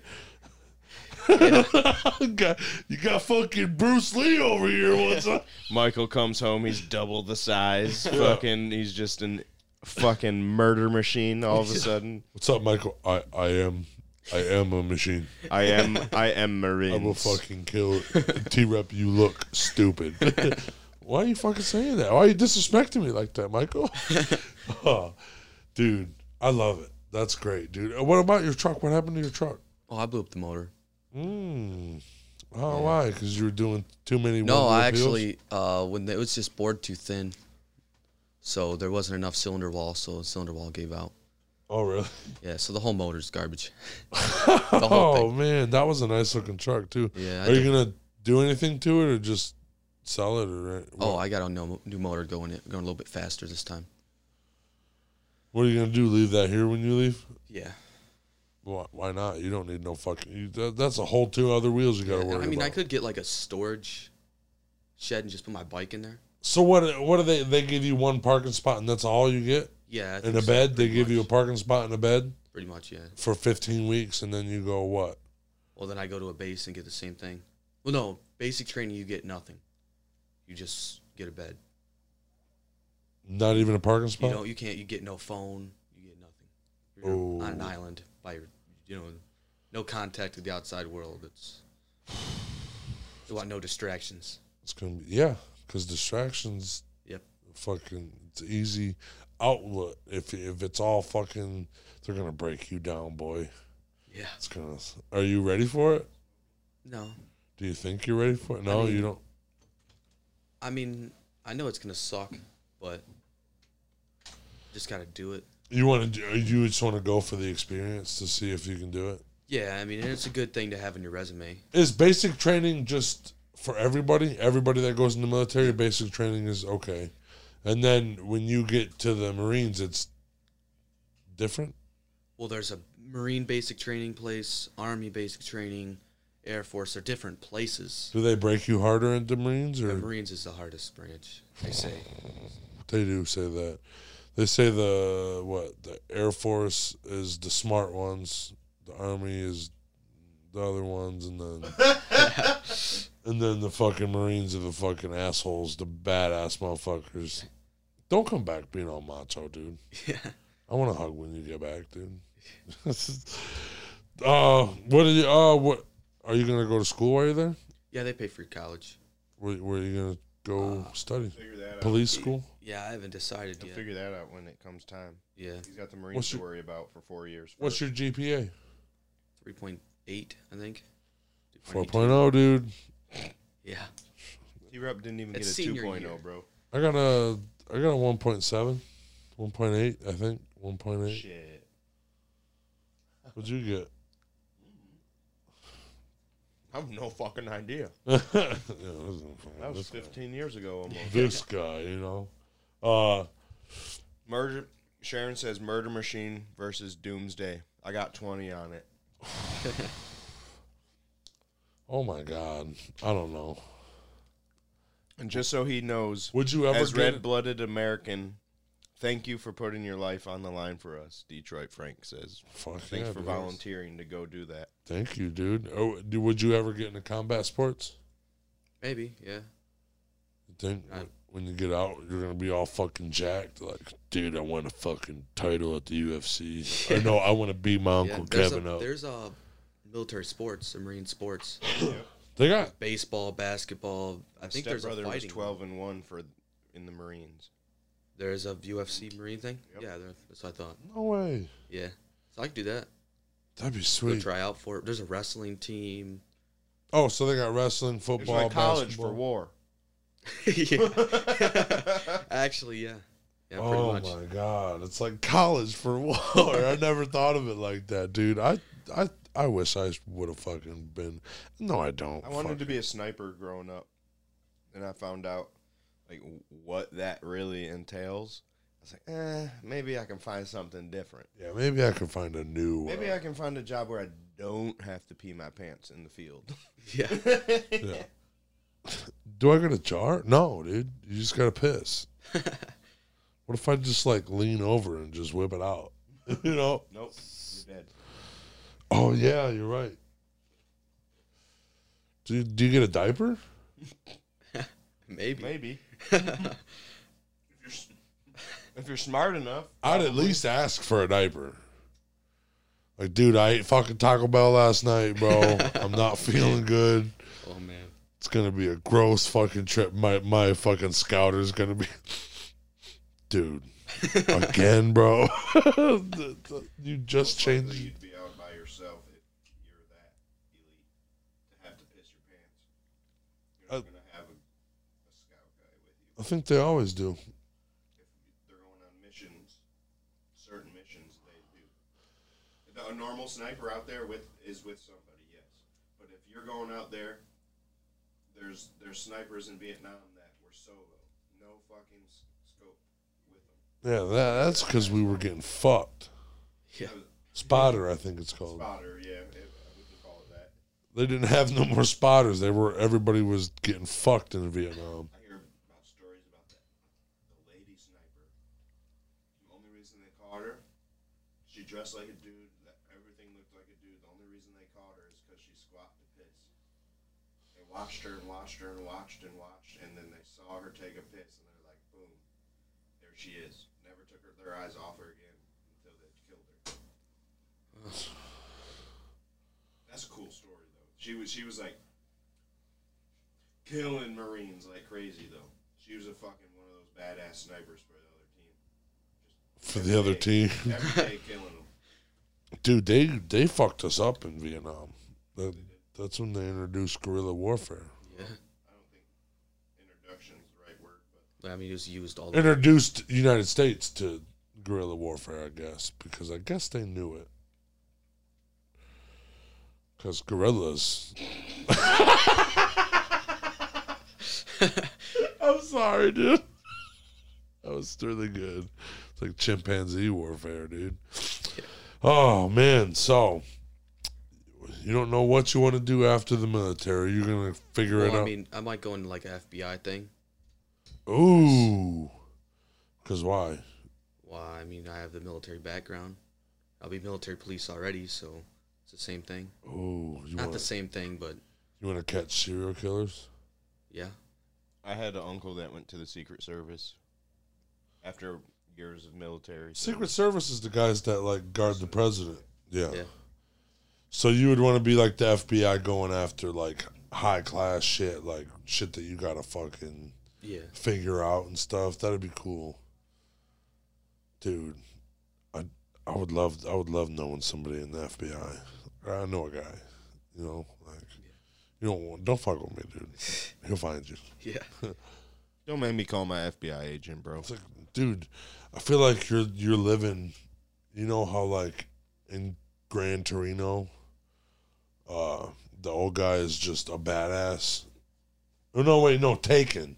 [SPEAKER 1] Got- you got fucking Bruce Lee over here. What's up?
[SPEAKER 2] Michael comes home, he's double the size. Fucking, he's just an fucking murder machine. All of a sudden,
[SPEAKER 1] What's up, Michael? I, I am. I am a machine.
[SPEAKER 2] I am I am Marines.
[SPEAKER 1] I will fucking kill T Rep. You look stupid. Why are you fucking saying that? Why are you disrespecting me like that, Michael? oh, dude, I love it. That's great, dude. Uh, What about your truck? What happened to your truck?
[SPEAKER 3] oh, I blew up the motor.
[SPEAKER 1] Mm. Oh, why? Because you were doing too many.
[SPEAKER 3] No,
[SPEAKER 1] one-wheel
[SPEAKER 3] I
[SPEAKER 1] deals?
[SPEAKER 3] actually uh, when it was just bored too thin, so there wasn't enough cylinder wall, so the cylinder wall gave out.
[SPEAKER 1] Oh really?
[SPEAKER 3] Yeah, so the whole motor's garbage. whole
[SPEAKER 1] oh man, that was a nice looking truck too.
[SPEAKER 3] Yeah. I
[SPEAKER 1] Are
[SPEAKER 3] did-
[SPEAKER 1] you gonna do anything to it or just sell it or
[SPEAKER 3] oh, I got a no, new motor going it going a little bit faster this time.
[SPEAKER 1] what are you gonna do? Leave that here when you leave?
[SPEAKER 3] Yeah.
[SPEAKER 1] Why, why not? You don't need no fucking. You, that, that's a whole two other wheels you got to
[SPEAKER 3] I
[SPEAKER 1] worry
[SPEAKER 3] mean,
[SPEAKER 1] about.
[SPEAKER 3] I could get like a storage shed and just put my bike in there.
[SPEAKER 1] so what? What do they? They give you one parking spot and that's all you get.
[SPEAKER 3] Yeah. I think
[SPEAKER 1] And a
[SPEAKER 3] so,
[SPEAKER 1] bed. They
[SPEAKER 3] pretty
[SPEAKER 1] give you a
[SPEAKER 3] much.
[SPEAKER 1] parking spot and a bed
[SPEAKER 3] pretty much. Yeah.
[SPEAKER 1] for fifteen weeks, and then you go what?
[SPEAKER 3] Well, then I go to a base and get the same thing. Well, no, basic training you get nothing. You just get a bed.
[SPEAKER 1] Not even a parking
[SPEAKER 3] You
[SPEAKER 1] spot.
[SPEAKER 3] know, you can't. You get no phone. You get nothing. You're
[SPEAKER 1] Ooh.
[SPEAKER 3] on an island by your, you know, no contact with the outside world. It's you want no distractions.
[SPEAKER 1] It's gonna be yeah, because distractions.
[SPEAKER 3] Yep.
[SPEAKER 1] Fucking, it's easy outlet. If if it's all fucking, they're gonna break you down, boy.
[SPEAKER 3] Yeah.
[SPEAKER 1] It's gonna. Are you ready for it?
[SPEAKER 3] No.
[SPEAKER 1] Do you think you're ready for it? No,
[SPEAKER 3] mean-
[SPEAKER 1] you don't.
[SPEAKER 3] I mean, I know it's gonna suck, but just gotta do it.
[SPEAKER 1] You want to? You just want to go for the experience to see if you can do it.
[SPEAKER 3] Yeah, I mean, and it's a good thing to have in your resume.
[SPEAKER 1] Is basic training just for everybody? Everybody that goes in the military, basic training is okay. And then when you get to the Marines, it's different.
[SPEAKER 3] Well, there's a Marine basic training place, Army basic training, Air Force. They're different places.
[SPEAKER 1] Do they break you harder into Marines,
[SPEAKER 3] The
[SPEAKER 1] or
[SPEAKER 3] Marines is the hardest branch, they say.
[SPEAKER 1] they do say that? They say the what the Air Force is the smart ones, the Army is the other ones, and then and then the fucking Marines are the fucking assholes, the badass motherfuckers. Don't come back being all macho, dude.
[SPEAKER 3] yeah.
[SPEAKER 1] I want a hug when you get back, dude. uh, what are you? Uh, what are you gonna go to school while you're there?
[SPEAKER 3] Yeah, they pay for your college.
[SPEAKER 1] Where, where are you gonna go study?
[SPEAKER 2] Figure that out.
[SPEAKER 1] Police school?
[SPEAKER 3] Yeah, I haven't decided
[SPEAKER 2] He'll
[SPEAKER 3] yet.
[SPEAKER 2] figure that out when it comes time.
[SPEAKER 3] yeah,
[SPEAKER 2] He's got
[SPEAKER 1] What's
[SPEAKER 2] the Marines to
[SPEAKER 1] your-
[SPEAKER 2] worry about for four years.
[SPEAKER 1] What's your GPA?
[SPEAKER 3] 3.8, I think.
[SPEAKER 1] 4.0, oh, dude.
[SPEAKER 3] Yeah.
[SPEAKER 2] your rep didn't even
[SPEAKER 3] It's
[SPEAKER 2] get a
[SPEAKER 3] senior
[SPEAKER 2] 2.0,
[SPEAKER 3] year.
[SPEAKER 2] bro.
[SPEAKER 1] I got a I got a 1.7, 1.8, I think. 1.8.
[SPEAKER 2] Shit.
[SPEAKER 1] What'd you get?
[SPEAKER 2] I have no fucking idea.
[SPEAKER 1] Yeah, this,
[SPEAKER 2] That
[SPEAKER 1] this,
[SPEAKER 2] was 15 years ago almost.
[SPEAKER 1] this guy, you know. Uh,
[SPEAKER 2] Murder. Sharon says Murder Machine versus Doomsday. I got 20 on it.
[SPEAKER 1] oh my God, I don't know.
[SPEAKER 2] And just so he knows,
[SPEAKER 1] Would you ever
[SPEAKER 2] as
[SPEAKER 1] get
[SPEAKER 2] red blooded American, thank you for putting your life on the line for us, Detroit Frank says.
[SPEAKER 1] Fuck
[SPEAKER 2] Thanks
[SPEAKER 1] yeah,
[SPEAKER 2] for
[SPEAKER 1] dude.
[SPEAKER 2] volunteering to go do that.
[SPEAKER 1] Thank you, dude. Oh, do, would you ever get into combat sports?
[SPEAKER 3] Maybe, yeah.
[SPEAKER 1] You think
[SPEAKER 3] I-
[SPEAKER 1] when you get out, you're gonna be all fucking jacked, like, dude, I won a fucking title at the UFC. I know I want to beat my
[SPEAKER 3] yeah
[SPEAKER 1] uncle
[SPEAKER 3] there's,
[SPEAKER 1] Kevin
[SPEAKER 3] a,
[SPEAKER 1] up.
[SPEAKER 3] there's a military sports, a Marine sports.
[SPEAKER 1] They got
[SPEAKER 3] Baseball, basketball. I think
[SPEAKER 2] Step
[SPEAKER 3] there's a
[SPEAKER 2] brother was
[SPEAKER 3] fighting.
[SPEAKER 2] 12 and 1 for in the Marines.
[SPEAKER 3] There's a UFC Marine thing?
[SPEAKER 2] Yep.
[SPEAKER 3] Yeah, there, that's what I thought.
[SPEAKER 1] no way.
[SPEAKER 3] Yeah. So I could do that.
[SPEAKER 1] That'd be
[SPEAKER 3] Go
[SPEAKER 1] sweet.
[SPEAKER 3] try out for it. There's a wrestling team.
[SPEAKER 1] Oh, so they got wrestling,
[SPEAKER 2] It's
[SPEAKER 1] football,
[SPEAKER 2] like college
[SPEAKER 1] basketball.
[SPEAKER 2] for war.
[SPEAKER 3] yeah. Actually, yeah. Yeah, pretty
[SPEAKER 1] oh
[SPEAKER 3] much.
[SPEAKER 1] my god, it's like college for war. I never thought of it like that, dude. I I I wish I would have fucking been. No, I don't.
[SPEAKER 2] I wanted
[SPEAKER 1] Fuck.
[SPEAKER 2] to be a sniper growing up, and I found out like what that really entails. I was like, eh, maybe I can find something different.
[SPEAKER 1] Yeah, maybe I could find a new.
[SPEAKER 2] Maybe
[SPEAKER 1] uh,
[SPEAKER 2] I can find a job where I don't have to pee my pants in the field.
[SPEAKER 3] Yeah.
[SPEAKER 1] yeah. Do I get a jar? No, dude. You just gotta piss. what if I just like lean over and just whip it out? you know?
[SPEAKER 2] nope, you're dead.
[SPEAKER 1] Oh yeah, you're right. Do you, do you get a diaper?
[SPEAKER 3] Maybe.
[SPEAKER 2] Maybe. if you're smart enough,
[SPEAKER 1] I'd at least ask for a diaper. Like, dude, I ate fucking Taco Bell last night, bro. I'm not feeling good.
[SPEAKER 3] Oh man.
[SPEAKER 1] It's gonna be a gross fucking trip. My my fucking scouter's gonna be, dude, again, bro. The- the- you just changed.
[SPEAKER 2] be out by yourself if you're that elite to have to piss your pants. You're
[SPEAKER 1] not Uh,
[SPEAKER 2] gonna have a, a scout guy with you.
[SPEAKER 1] I think they always do.
[SPEAKER 2] if they're going on missions, certain missions they do. a normal sniper out there with is with somebody, yes. But if you're going out there, there's there's snipers in Vietnam that were solo, no fucking s- scope with them.
[SPEAKER 1] Yeah, that, that's because we were getting fucked.
[SPEAKER 3] Yeah.
[SPEAKER 1] Spotter, I think it's called.
[SPEAKER 2] Spotter, yeah, it, we can call it that.
[SPEAKER 1] They didn't have no more spotters. They were everybody was getting fucked in Vietnam.
[SPEAKER 2] I hear about stories about that. The lady sniper. The only reason they caught her, she dressed like a dude. That everything looked like a dude. The only reason they caught her is because she squatted to piss. They watched her and watched her and watched and watched, and then they saw her take a piss, and they're like, boom, there she is. Never took her, their eyes off her again until they killed her. That's a cool story though. She was she was like killing Marines like crazy though. She was a fucking one of those badass snipers for the other team.
[SPEAKER 1] For the other team,
[SPEAKER 2] Every day killing them.
[SPEAKER 1] dude, they they fucked us up in Vietnam. That, that's when they introduced guerrilla warfare.
[SPEAKER 2] I
[SPEAKER 3] Yeah.
[SPEAKER 2] don't think introduction is the right word, but
[SPEAKER 3] But, I mean, it was used all the
[SPEAKER 1] Introduced United States to guerrilla warfare, I guess, because I guess they knew it. Because guerrillas. I'm sorry, dude. That was really good. It's like chimpanzee warfare, dude. Oh man, so you don't know what you want to do after the military. You're gonna figure it out.
[SPEAKER 3] Well, I mean, I might go into like an FBI thing.
[SPEAKER 1] Ooh, because why?
[SPEAKER 3] Well, I mean, I have the military background. I'll be military police already, so it's the same thing.
[SPEAKER 1] Ooh, you
[SPEAKER 3] Not the
[SPEAKER 1] want
[SPEAKER 3] same thing, but
[SPEAKER 1] you want to catch serial killers?
[SPEAKER 3] yeah.
[SPEAKER 2] I had an uncle that went to the Secret Service after years of military.
[SPEAKER 1] Secret Service is the guys that like guard the president. Yeah.
[SPEAKER 3] Yeah.
[SPEAKER 1] So you would want to be like the FBI going after like high class shit, like shit that you gotta fucking
[SPEAKER 3] Yeah.
[SPEAKER 1] figure out and stuff. That'd be cool, dude. I I would love I would love knowing somebody in the FBI. I know a guy, you know, like you don't want don't fuck with me, dude. He'll find you.
[SPEAKER 3] Yeah.
[SPEAKER 2] Don't make me call my FBI agent, bro.
[SPEAKER 1] It's like, dude, I feel like you're you're living. You know how like in Gran Torino, uh, the old guy is just a badass. Oh no, wait, no, Taken,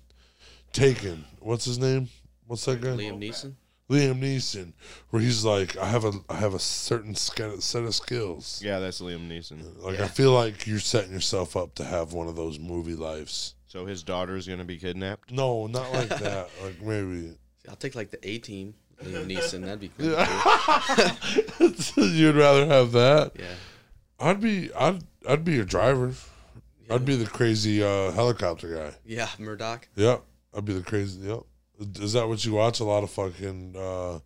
[SPEAKER 1] Taken. What's his name? What's that guy?
[SPEAKER 3] Liam Neeson?
[SPEAKER 1] Liam Neeson. Where he's like, I have a I have a certain sca- set of skills.
[SPEAKER 2] Yeah, that's Liam
[SPEAKER 3] Uh.
[SPEAKER 2] Neeson.
[SPEAKER 1] Like I feel like you're setting yourself up to have one of those movie lives.
[SPEAKER 2] So his daughter's gonna be kidnapped.
[SPEAKER 1] No, not like that. like maybe
[SPEAKER 3] I'll take like the A team. Liam Neeson. That'd be cool.
[SPEAKER 1] you'd rather have that.
[SPEAKER 3] Yeah.
[SPEAKER 1] I'd be I'd I'd be your driver. I'd be the crazy uh, helicopter guy.
[SPEAKER 3] Yeah. Murdoch.
[SPEAKER 1] Yep. I'd be the crazy yep. Is that what you watch? A lot of fucking uh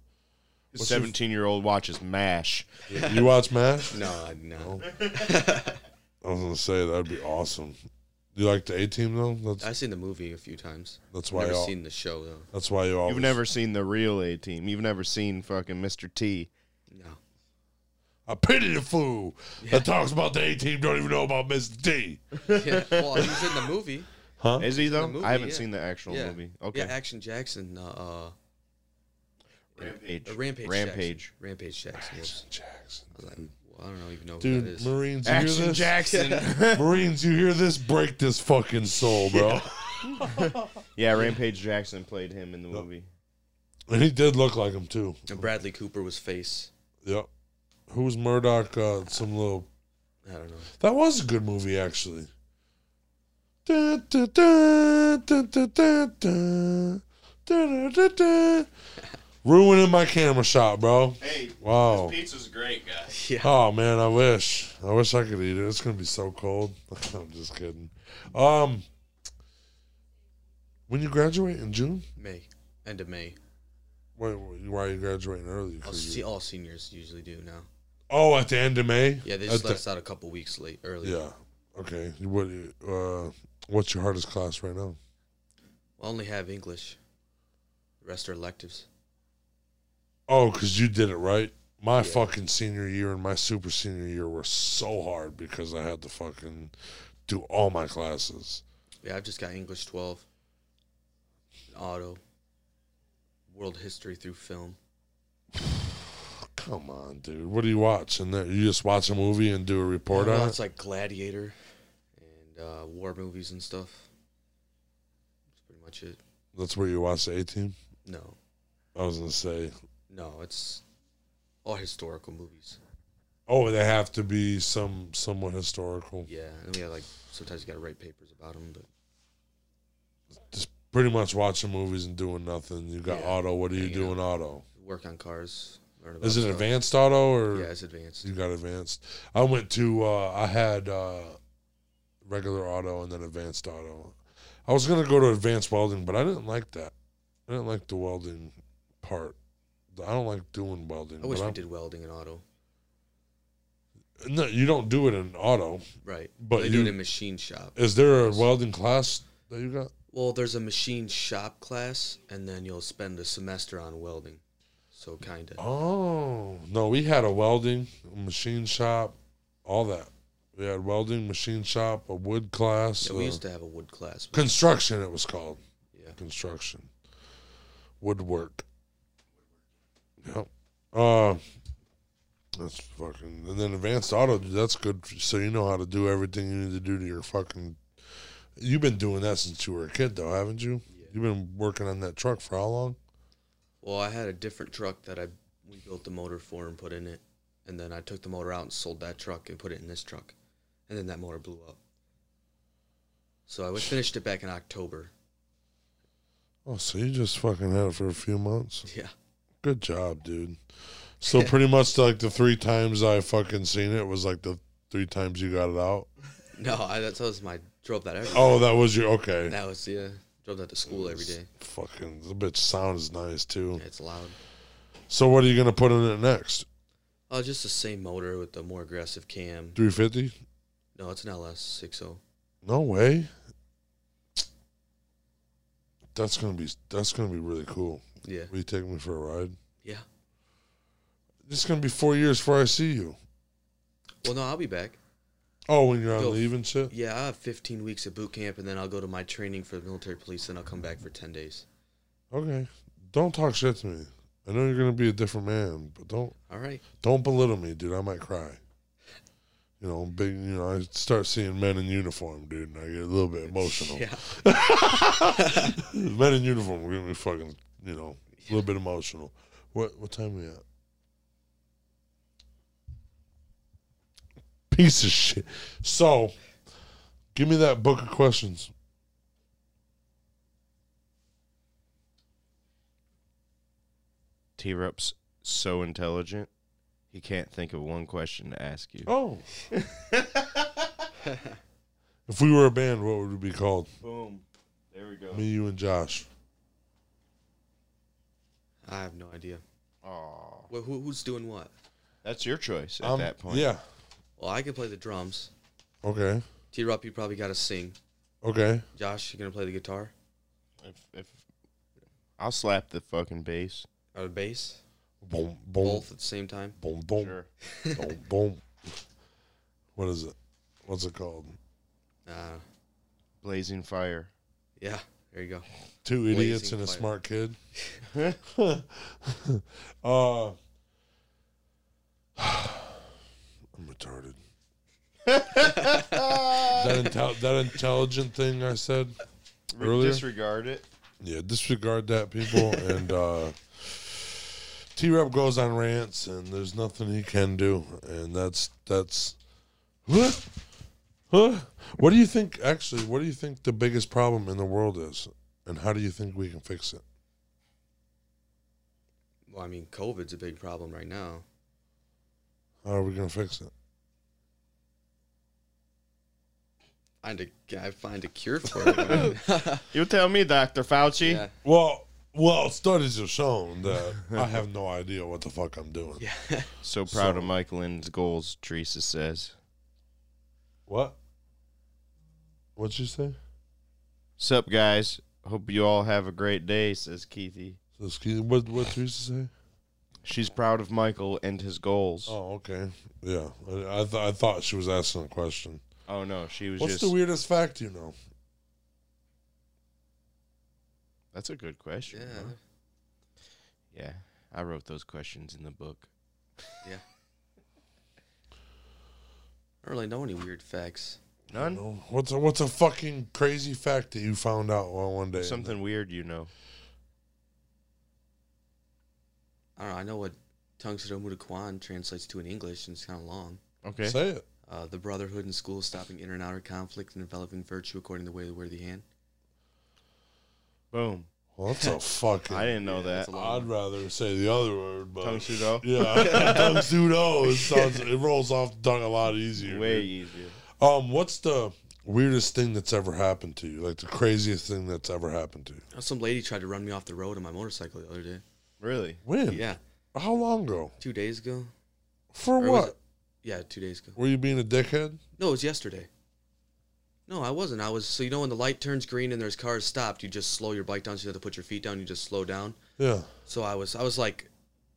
[SPEAKER 2] His Seventeen-year-old watches MASH.
[SPEAKER 1] you watch MASH?
[SPEAKER 3] No, I- no.
[SPEAKER 1] I was gonna say that'd be awesome. You like the A team though? That's
[SPEAKER 3] I've seen the movie a few times.
[SPEAKER 1] that's why
[SPEAKER 3] Never
[SPEAKER 1] y'all,
[SPEAKER 3] seen the show though.
[SPEAKER 1] that's why you always
[SPEAKER 2] You've never seen the real A Team. You've never seen fucking Mr. T.
[SPEAKER 3] No.
[SPEAKER 1] I pity the fool that talks about the A team, don't even know about Mr. T.
[SPEAKER 3] Yeah. Well, he's in the movie.
[SPEAKER 2] Is he though?
[SPEAKER 3] The movie,
[SPEAKER 2] I haven't
[SPEAKER 3] yeah.
[SPEAKER 2] seen the actual
[SPEAKER 3] Yeah.
[SPEAKER 2] movie. Okay.
[SPEAKER 3] Yeah. Action Jackson. Uh,
[SPEAKER 2] Rampage.
[SPEAKER 3] uh, Rampage.
[SPEAKER 2] Rampage.
[SPEAKER 3] Jackson. Rampage Jackson. whoops.
[SPEAKER 1] Jackson.
[SPEAKER 3] I was like, well, I don't know, even know who that
[SPEAKER 1] Dude,
[SPEAKER 3] is.
[SPEAKER 1] Marines, you hear
[SPEAKER 2] Action
[SPEAKER 1] this?
[SPEAKER 2] Jackson.
[SPEAKER 1] Marines, you hear this? Break this fucking soul, bro.
[SPEAKER 2] yeah, Rampage Jackson played him in the
[SPEAKER 1] Oh.
[SPEAKER 2] movie.
[SPEAKER 1] And he did look like him too.
[SPEAKER 3] and Bradley Cooper was face.
[SPEAKER 1] Yep. Who was Murdoch? Uh, some little.
[SPEAKER 3] I don't know.
[SPEAKER 1] That was a good movie, actually. Da, da, da, da, da, da, da. Da, da, da, da. Ruining my camera shot, bro.
[SPEAKER 2] Hey,
[SPEAKER 1] Wow.
[SPEAKER 2] pizza's great, guys.
[SPEAKER 1] Oh man, I wish. I wish I could eat it. It's gonna be so cold. I'm just kidding. Um, when you graduate in June,
[SPEAKER 3] May. End of May.
[SPEAKER 1] wait, why are you graduating early?
[SPEAKER 3] All,
[SPEAKER 1] 'Cause you-
[SPEAKER 3] se- all seniors usually do now.
[SPEAKER 1] Oh, at the end of May.
[SPEAKER 3] Yeah, they
[SPEAKER 1] At
[SPEAKER 3] just
[SPEAKER 1] the-
[SPEAKER 3] let us out a couple weeks late early.
[SPEAKER 1] Yeah. Okay. You- What? Uh, what's your hardest class right now?
[SPEAKER 3] I only have English. The rest are electives.
[SPEAKER 1] Oh, because you did it right. My fucking senior year and my super senior year were so hard because I had to fucking do all my classes.
[SPEAKER 3] Yeah, I've just got English 12, auto, world history through film.
[SPEAKER 1] Come on, dude. What do you watch? And then you just watch a movie and do a report
[SPEAKER 3] I
[SPEAKER 1] on
[SPEAKER 3] watch
[SPEAKER 1] it.
[SPEAKER 3] like Gladiator and uh, war movies and stuff. That's pretty much it.
[SPEAKER 1] That's where you watch the A Team.
[SPEAKER 3] No,
[SPEAKER 1] I was gonna say,
[SPEAKER 3] no, it's all historical movies.
[SPEAKER 1] oh, they have to be some somewhat historical.
[SPEAKER 3] Yeah, and we have like sometimes you gotta write papers about them, but
[SPEAKER 1] Just pretty much watching movies and doing nothing. You got
[SPEAKER 3] Yeah.
[SPEAKER 1] auto. What do you
[SPEAKER 3] Hanging
[SPEAKER 1] do in auto?
[SPEAKER 3] work on cars. Learn about
[SPEAKER 1] Is it
[SPEAKER 3] stuff.
[SPEAKER 1] advanced auto or?
[SPEAKER 3] Yeah, it's advanced.
[SPEAKER 1] You got advanced. I went to uh, I had uh, regular auto and then advanced auto. I was gonna go to advanced welding, but I didn't like that. I didn't like the welding part. I don't like doing welding.
[SPEAKER 3] I wish
[SPEAKER 1] but
[SPEAKER 3] we
[SPEAKER 1] I'm-
[SPEAKER 3] did welding in auto.
[SPEAKER 1] No, you don't do it in auto.
[SPEAKER 3] Right,
[SPEAKER 1] But
[SPEAKER 3] they
[SPEAKER 1] you-
[SPEAKER 3] do it in machine shop.
[SPEAKER 1] Is there a welding class that you got?
[SPEAKER 3] Well, there's a machine shop class, and then you'll spend a semester on welding. So kinda.
[SPEAKER 1] Oh no, we had a welding machine shop, all that. We had welding machine shop, a wood class,
[SPEAKER 3] yeah, we
[SPEAKER 1] uh,
[SPEAKER 3] used to have a wood class. but-
[SPEAKER 1] construction. It was called.
[SPEAKER 3] yeah.
[SPEAKER 1] construction, woodwork. Yep. Uh, that's fucking. And then advanced auto, dude, that's good. f- So you know how to do everything you need to do to your fucking. You've been doing that since you were a kid, though, haven't you?
[SPEAKER 3] Yeah.
[SPEAKER 1] You've been working on that truck for how long?
[SPEAKER 3] Well, I had a different truck that I we built the motor for and put in it, and then I took the motor out and sold that truck and put it in this truck, and then that motor blew up. So I was- finished it back in October.
[SPEAKER 1] Oh, so you just fucking had it for a few months.
[SPEAKER 3] Yeah,
[SPEAKER 1] Good job, dude. So pretty much like the three times I fucking seen it was like the three times you got it out.
[SPEAKER 3] no, I, that was my drove that every.
[SPEAKER 1] Oh, that was your okay.
[SPEAKER 3] That was yeah, drove that to school every day.
[SPEAKER 1] Fucking the bitch sound is nice too.
[SPEAKER 3] Yeah, it's loud.
[SPEAKER 1] So what are you gonna put in it next?
[SPEAKER 3] Oh, just the same motor with the more aggressive cam.
[SPEAKER 1] Three fifty?
[SPEAKER 3] No, it's an LS six oh. O.
[SPEAKER 1] No way. That's gonna be that's gonna be really cool.
[SPEAKER 3] Yeah,
[SPEAKER 1] Will you take me for a ride?
[SPEAKER 3] yeah.
[SPEAKER 1] It's gonna be four years before I see you.
[SPEAKER 3] Well, no, I'll be back.
[SPEAKER 1] Oh, when you're on
[SPEAKER 3] Go.
[SPEAKER 1] leave and shit.
[SPEAKER 3] Yeah, I have 15 weeks at boot camp, and then I'll go to my training for the military police, and I'll come back for 10 days.
[SPEAKER 1] Okay. Don't talk shit to me. I know you're gonna be a different man, but don't
[SPEAKER 3] All right.
[SPEAKER 1] don't belittle me, dude. I might cry. You know, big. You know, I start seeing men in uniform, dude, and I get a little bit emotional.
[SPEAKER 3] Yeah.
[SPEAKER 1] Men in uniform, we're gonna be fucking, you know, a little bit emotional. What what time we at? Piece of shit. So, give me that book of questions.
[SPEAKER 2] T Rep's so intelligent, he can't think of one question to ask you.
[SPEAKER 1] Oh. if we were a band, what would we be called?
[SPEAKER 2] Boom. There we go.
[SPEAKER 1] Me, you, and Josh.
[SPEAKER 3] I have no idea.
[SPEAKER 2] Aw.
[SPEAKER 3] Well, who, who's doing what?
[SPEAKER 2] That's your choice at
[SPEAKER 1] Um,
[SPEAKER 2] that point.
[SPEAKER 1] Yeah.
[SPEAKER 3] Well, I can play the drums.
[SPEAKER 1] Okay.
[SPEAKER 3] T Rup, you probably got to sing.
[SPEAKER 1] Okay.
[SPEAKER 3] Josh, you gonna play the guitar
[SPEAKER 2] If, if I'll slap the fucking bass.
[SPEAKER 3] or the bass?
[SPEAKER 1] Boom, boom,
[SPEAKER 3] Both at the same time.
[SPEAKER 1] boom, boom,
[SPEAKER 2] Sure.
[SPEAKER 1] boom, boom. What is it? What's it called?
[SPEAKER 3] Uh,
[SPEAKER 2] Blazing fire.
[SPEAKER 3] yeah. There you go.
[SPEAKER 1] Two idiots
[SPEAKER 3] Blazing
[SPEAKER 1] and a
[SPEAKER 3] fire.
[SPEAKER 1] smart kid. uh, I'm retarded. that, intel- that intelligent thing I said
[SPEAKER 2] Re-
[SPEAKER 1] earlier.
[SPEAKER 2] Disregard it.
[SPEAKER 1] yeah, disregard that, people. and uh, T Rep goes on rants, and there's nothing he can do. And that's that's. Huh? Huh? What do you think? Actually, what do you think the biggest problem in the world is, and how do you think we can fix it?
[SPEAKER 3] Well, I mean, COVID's a big problem right now.
[SPEAKER 1] How are we gonna fix it?
[SPEAKER 3] Find a, I find a cure for it. man.
[SPEAKER 2] You tell me, Dr. Fauci.
[SPEAKER 3] yeah.
[SPEAKER 1] Well, well, studies have shown that I have no idea what the fuck I'm doing.
[SPEAKER 3] Yeah.
[SPEAKER 2] So proud
[SPEAKER 1] So-
[SPEAKER 2] of Mike Lynn's goals, Teresa says.
[SPEAKER 1] What? What'd you say?
[SPEAKER 2] Sup, guys. Hope you all have a great day, says Keithy.
[SPEAKER 1] So, excuse- What what Teresa say?
[SPEAKER 2] She's proud of Michael and his goals. Oh,
[SPEAKER 1] Oh, okay. Yeah, I I, th- I thought she was asking a question.
[SPEAKER 2] Oh, no, she was
[SPEAKER 1] What's
[SPEAKER 2] just.
[SPEAKER 1] the weirdest fact you know?
[SPEAKER 2] That's a good question.
[SPEAKER 3] yeah.
[SPEAKER 2] huh? Yeah. I wrote those questions in the book.
[SPEAKER 3] I don't really know any weird facts.
[SPEAKER 1] You
[SPEAKER 2] None.
[SPEAKER 1] know? What's a, what's a fucking crazy fact that you found out while one day?
[SPEAKER 2] Something weird, you know.
[SPEAKER 3] I don't know. I know what Tungsten Kwan translates to in English, and it's kind of long.
[SPEAKER 2] Okay.
[SPEAKER 1] Say it.
[SPEAKER 3] Uh, the brotherhood in school, stopping inner and outer conflict, and developing virtue according to the way of the worthy hand.
[SPEAKER 2] Boom.
[SPEAKER 1] Well, that's a fucking.
[SPEAKER 2] I didn't know
[SPEAKER 3] Yeah,
[SPEAKER 2] that.
[SPEAKER 3] that's a long
[SPEAKER 1] I'd
[SPEAKER 3] one.
[SPEAKER 1] rather say the other word, but
[SPEAKER 2] Tongue Sudo?
[SPEAKER 1] Yeah, tongue sudo. It sounds it rolls off the tongue a lot easier.
[SPEAKER 2] Way easier.
[SPEAKER 1] Um, what's the weirdest thing that's ever happened to you? Like the craziest thing that's ever happened to you?
[SPEAKER 3] Uh, Some lady tried to run me off the road on my motorcycle the other day.
[SPEAKER 2] Really?
[SPEAKER 1] When?
[SPEAKER 3] Yeah,
[SPEAKER 1] How long ago?
[SPEAKER 3] two days ago.
[SPEAKER 1] For
[SPEAKER 3] Or was
[SPEAKER 1] what?
[SPEAKER 3] it- Yeah, two days ago.
[SPEAKER 1] Were you being a dickhead?
[SPEAKER 3] No, it was yesterday. No, I wasn't. I was. So you know when the light turns green and there's cars stopped, you just slow your bike down. So you have to put your feet down. You just slow down.
[SPEAKER 1] Yeah.
[SPEAKER 3] So I was. I was like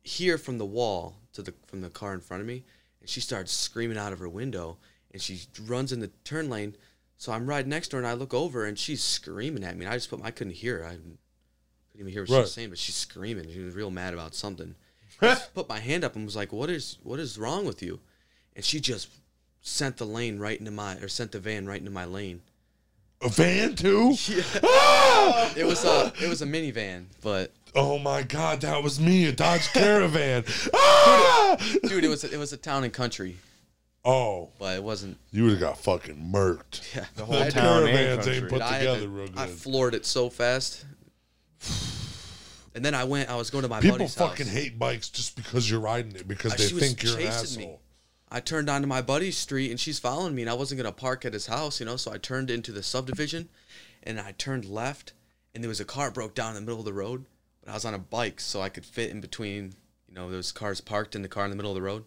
[SPEAKER 3] here from the wall to the from the car in front of me, and she starts screaming out of her window, and she runs in the turn lane. So I'm right next to her, and I look over, and she's screaming at me. And I just put. my- I couldn't hear. her. I couldn't even hear what she
[SPEAKER 1] Right.
[SPEAKER 3] was saying, but she's screaming. She was real mad about something. put my hand up and was like, "What is what is wrong with you?" And she just sent the lane right into my or sent the van right into my lane.
[SPEAKER 1] A van too? Ah!
[SPEAKER 3] It was a it was a minivan, but
[SPEAKER 1] Oh my god, that was me, a Dodge Caravan. Ah!
[SPEAKER 3] dude, it was it was a town and country,
[SPEAKER 1] Oh,
[SPEAKER 3] but it wasn't.
[SPEAKER 1] you would have got fucking murked.
[SPEAKER 3] Yeah,
[SPEAKER 2] The whole
[SPEAKER 1] That
[SPEAKER 2] town and
[SPEAKER 1] caravans ain't
[SPEAKER 2] country.
[SPEAKER 1] put-
[SPEAKER 3] But I, had
[SPEAKER 1] together
[SPEAKER 3] to-
[SPEAKER 1] real good.
[SPEAKER 3] I floored it so fast. And then I went. I was going to my
[SPEAKER 1] People
[SPEAKER 3] buddy's
[SPEAKER 1] fucking
[SPEAKER 3] house.
[SPEAKER 1] hate bikes just because you're riding it because
[SPEAKER 3] Uh,
[SPEAKER 1] they
[SPEAKER 3] she was
[SPEAKER 1] think you're an
[SPEAKER 3] chasing me.
[SPEAKER 1] asshole.
[SPEAKER 3] I turned onto my buddy's street, and she's following me, and I wasn't gonna park at his house, you know. So I turned into the subdivision, and I turned left, and there was a car broke down in the middle of the road. But I was on a bike, so I could fit in between. You know, those cars parked in the car in the middle of the road,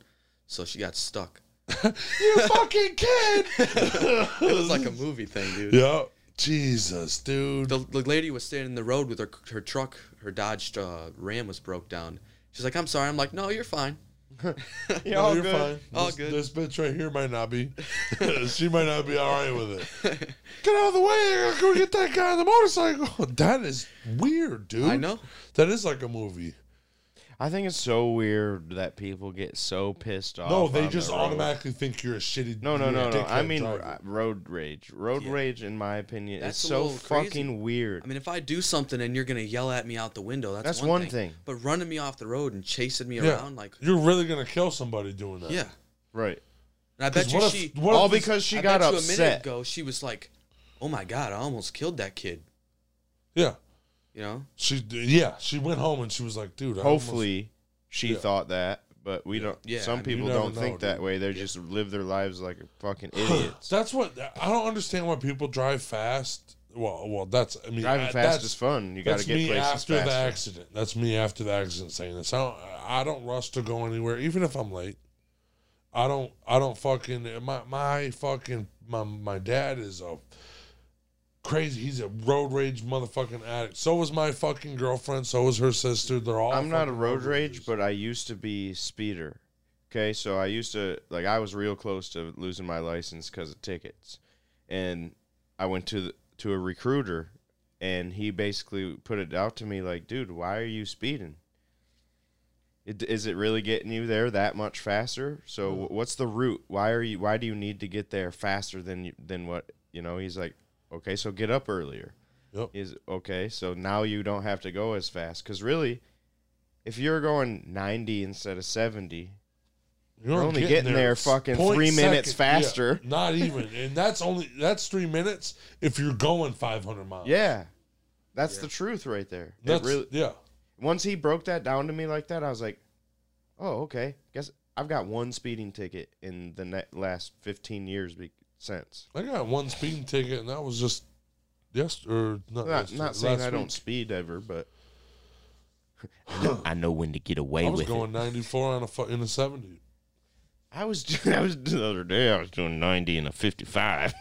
[SPEAKER 3] so she got stuck.
[SPEAKER 1] You fucking kid.
[SPEAKER 3] It was like a movie thing, dude.
[SPEAKER 1] yeah. Jesus, dude.
[SPEAKER 3] the, the lady was standing in the road with her her truck, her Dodge uh, Ram was broke down. She's like, "I'm sorry." I'm like, "No, you're fine."
[SPEAKER 2] Yeah,
[SPEAKER 1] No,
[SPEAKER 2] all
[SPEAKER 1] you're
[SPEAKER 2] good.
[SPEAKER 1] fine.
[SPEAKER 3] All
[SPEAKER 1] this,
[SPEAKER 3] good.
[SPEAKER 1] This bitch right here might not be. she might not be all right with it. Get out of the way. I gotta go get that guy on the motorcycle. That is weird, dude.
[SPEAKER 3] I know.
[SPEAKER 1] That is like a movie.
[SPEAKER 2] I think it's so weird that people get so pissed off.
[SPEAKER 1] no, they
[SPEAKER 2] on the
[SPEAKER 1] just
[SPEAKER 2] road.
[SPEAKER 1] automatically think you're a shitty.
[SPEAKER 2] No, no,
[SPEAKER 1] you're
[SPEAKER 2] no,
[SPEAKER 1] a
[SPEAKER 2] no. I
[SPEAKER 1] dickhead
[SPEAKER 2] mean
[SPEAKER 1] driver.
[SPEAKER 2] r- road rage. Road
[SPEAKER 3] Yeah.
[SPEAKER 2] rage, in my opinion,
[SPEAKER 3] That's
[SPEAKER 2] is
[SPEAKER 3] a
[SPEAKER 2] so
[SPEAKER 3] little crazy.
[SPEAKER 2] fucking weird.
[SPEAKER 3] I mean, if I do something and you're gonna yell at me out the window, that's,
[SPEAKER 2] That's
[SPEAKER 3] one,
[SPEAKER 2] one
[SPEAKER 3] thing.
[SPEAKER 2] thing.
[SPEAKER 3] But running me off the road and chasing me
[SPEAKER 1] Yeah.
[SPEAKER 3] around, like,
[SPEAKER 1] you're really gonna kill somebody doing that.
[SPEAKER 3] yeah.
[SPEAKER 2] right.
[SPEAKER 3] And I
[SPEAKER 1] 'Cause
[SPEAKER 3] bet you
[SPEAKER 1] what
[SPEAKER 3] she,
[SPEAKER 1] if, what
[SPEAKER 2] all
[SPEAKER 1] if this-
[SPEAKER 2] because she
[SPEAKER 3] I
[SPEAKER 2] got
[SPEAKER 3] bet you a minute
[SPEAKER 2] upset.
[SPEAKER 3] ago, she was like, "Oh my god, I almost killed that kid,"
[SPEAKER 1] yeah,
[SPEAKER 3] you know.
[SPEAKER 1] she yeah she went home and she was like, dude. I
[SPEAKER 2] Hopefully, she
[SPEAKER 1] Yeah.
[SPEAKER 2] thought that, but we don't.
[SPEAKER 3] Yeah,
[SPEAKER 2] some
[SPEAKER 3] I mean,
[SPEAKER 2] people
[SPEAKER 1] you never
[SPEAKER 2] don't
[SPEAKER 1] know,
[SPEAKER 2] think that
[SPEAKER 1] dude.
[SPEAKER 2] way. They just live their lives like fucking
[SPEAKER 1] almost-
[SPEAKER 2] idiots.
[SPEAKER 1] that's what I don't understand why people drive fast. Well, well, that's I mean
[SPEAKER 2] Driving
[SPEAKER 1] I-
[SPEAKER 2] fast
[SPEAKER 1] that's-
[SPEAKER 2] is fun. You got to
[SPEAKER 1] That's
[SPEAKER 2] get
[SPEAKER 1] me
[SPEAKER 2] places
[SPEAKER 1] after
[SPEAKER 2] faster.
[SPEAKER 1] the accident. That's me after the accident saying this. I don't, I don't rush to go anywhere, even if I'm late. I don't. I don't fucking my my fucking my my dad is a crazy. He's a road rage motherfucking addict. So was my fucking girlfriend. So was her sister. They're all.
[SPEAKER 2] I'm not a
[SPEAKER 1] fucking
[SPEAKER 2] road rage,
[SPEAKER 1] ragers.
[SPEAKER 2] but I used to be speeder. Okay, so I used to like I was real close to losing my license because of tickets, and I went to the, to a recruiter, and he basically put it out to me like, dude, why are you speeding? It, is it really getting you there that much faster? So wh- what's the route? Why are you? Why do you need to get there faster than you, than what you know? He's like, okay, so get up earlier.
[SPEAKER 1] Yep.
[SPEAKER 2] Is okay, so now you don't have to go as fast because really, if you're going 90 instead of 70,
[SPEAKER 1] You're
[SPEAKER 2] only getting there fucking
[SPEAKER 1] Point
[SPEAKER 2] three minutes
[SPEAKER 1] second. Yeah,
[SPEAKER 2] faster.
[SPEAKER 1] not even, and that's only that's three minutes if you're going 500 miles.
[SPEAKER 2] Oh. yeah, that's the truth right there. It
[SPEAKER 1] That's
[SPEAKER 2] really-
[SPEAKER 1] yeah.
[SPEAKER 2] once he broke that down to me like that, I was like, oh, okay. Guess I've got one speeding ticket in the ne- last 15 years be- since.
[SPEAKER 1] I got one speeding ticket, and that was just yes or not.
[SPEAKER 2] Not,
[SPEAKER 1] yesterday,
[SPEAKER 2] not saying
[SPEAKER 1] last
[SPEAKER 2] I
[SPEAKER 1] week.
[SPEAKER 2] don't speed ever, but I know when to get away
[SPEAKER 1] I was going 94 on a fu- in a 70.
[SPEAKER 2] I was, I was the other day. I was doing 90 and a 55.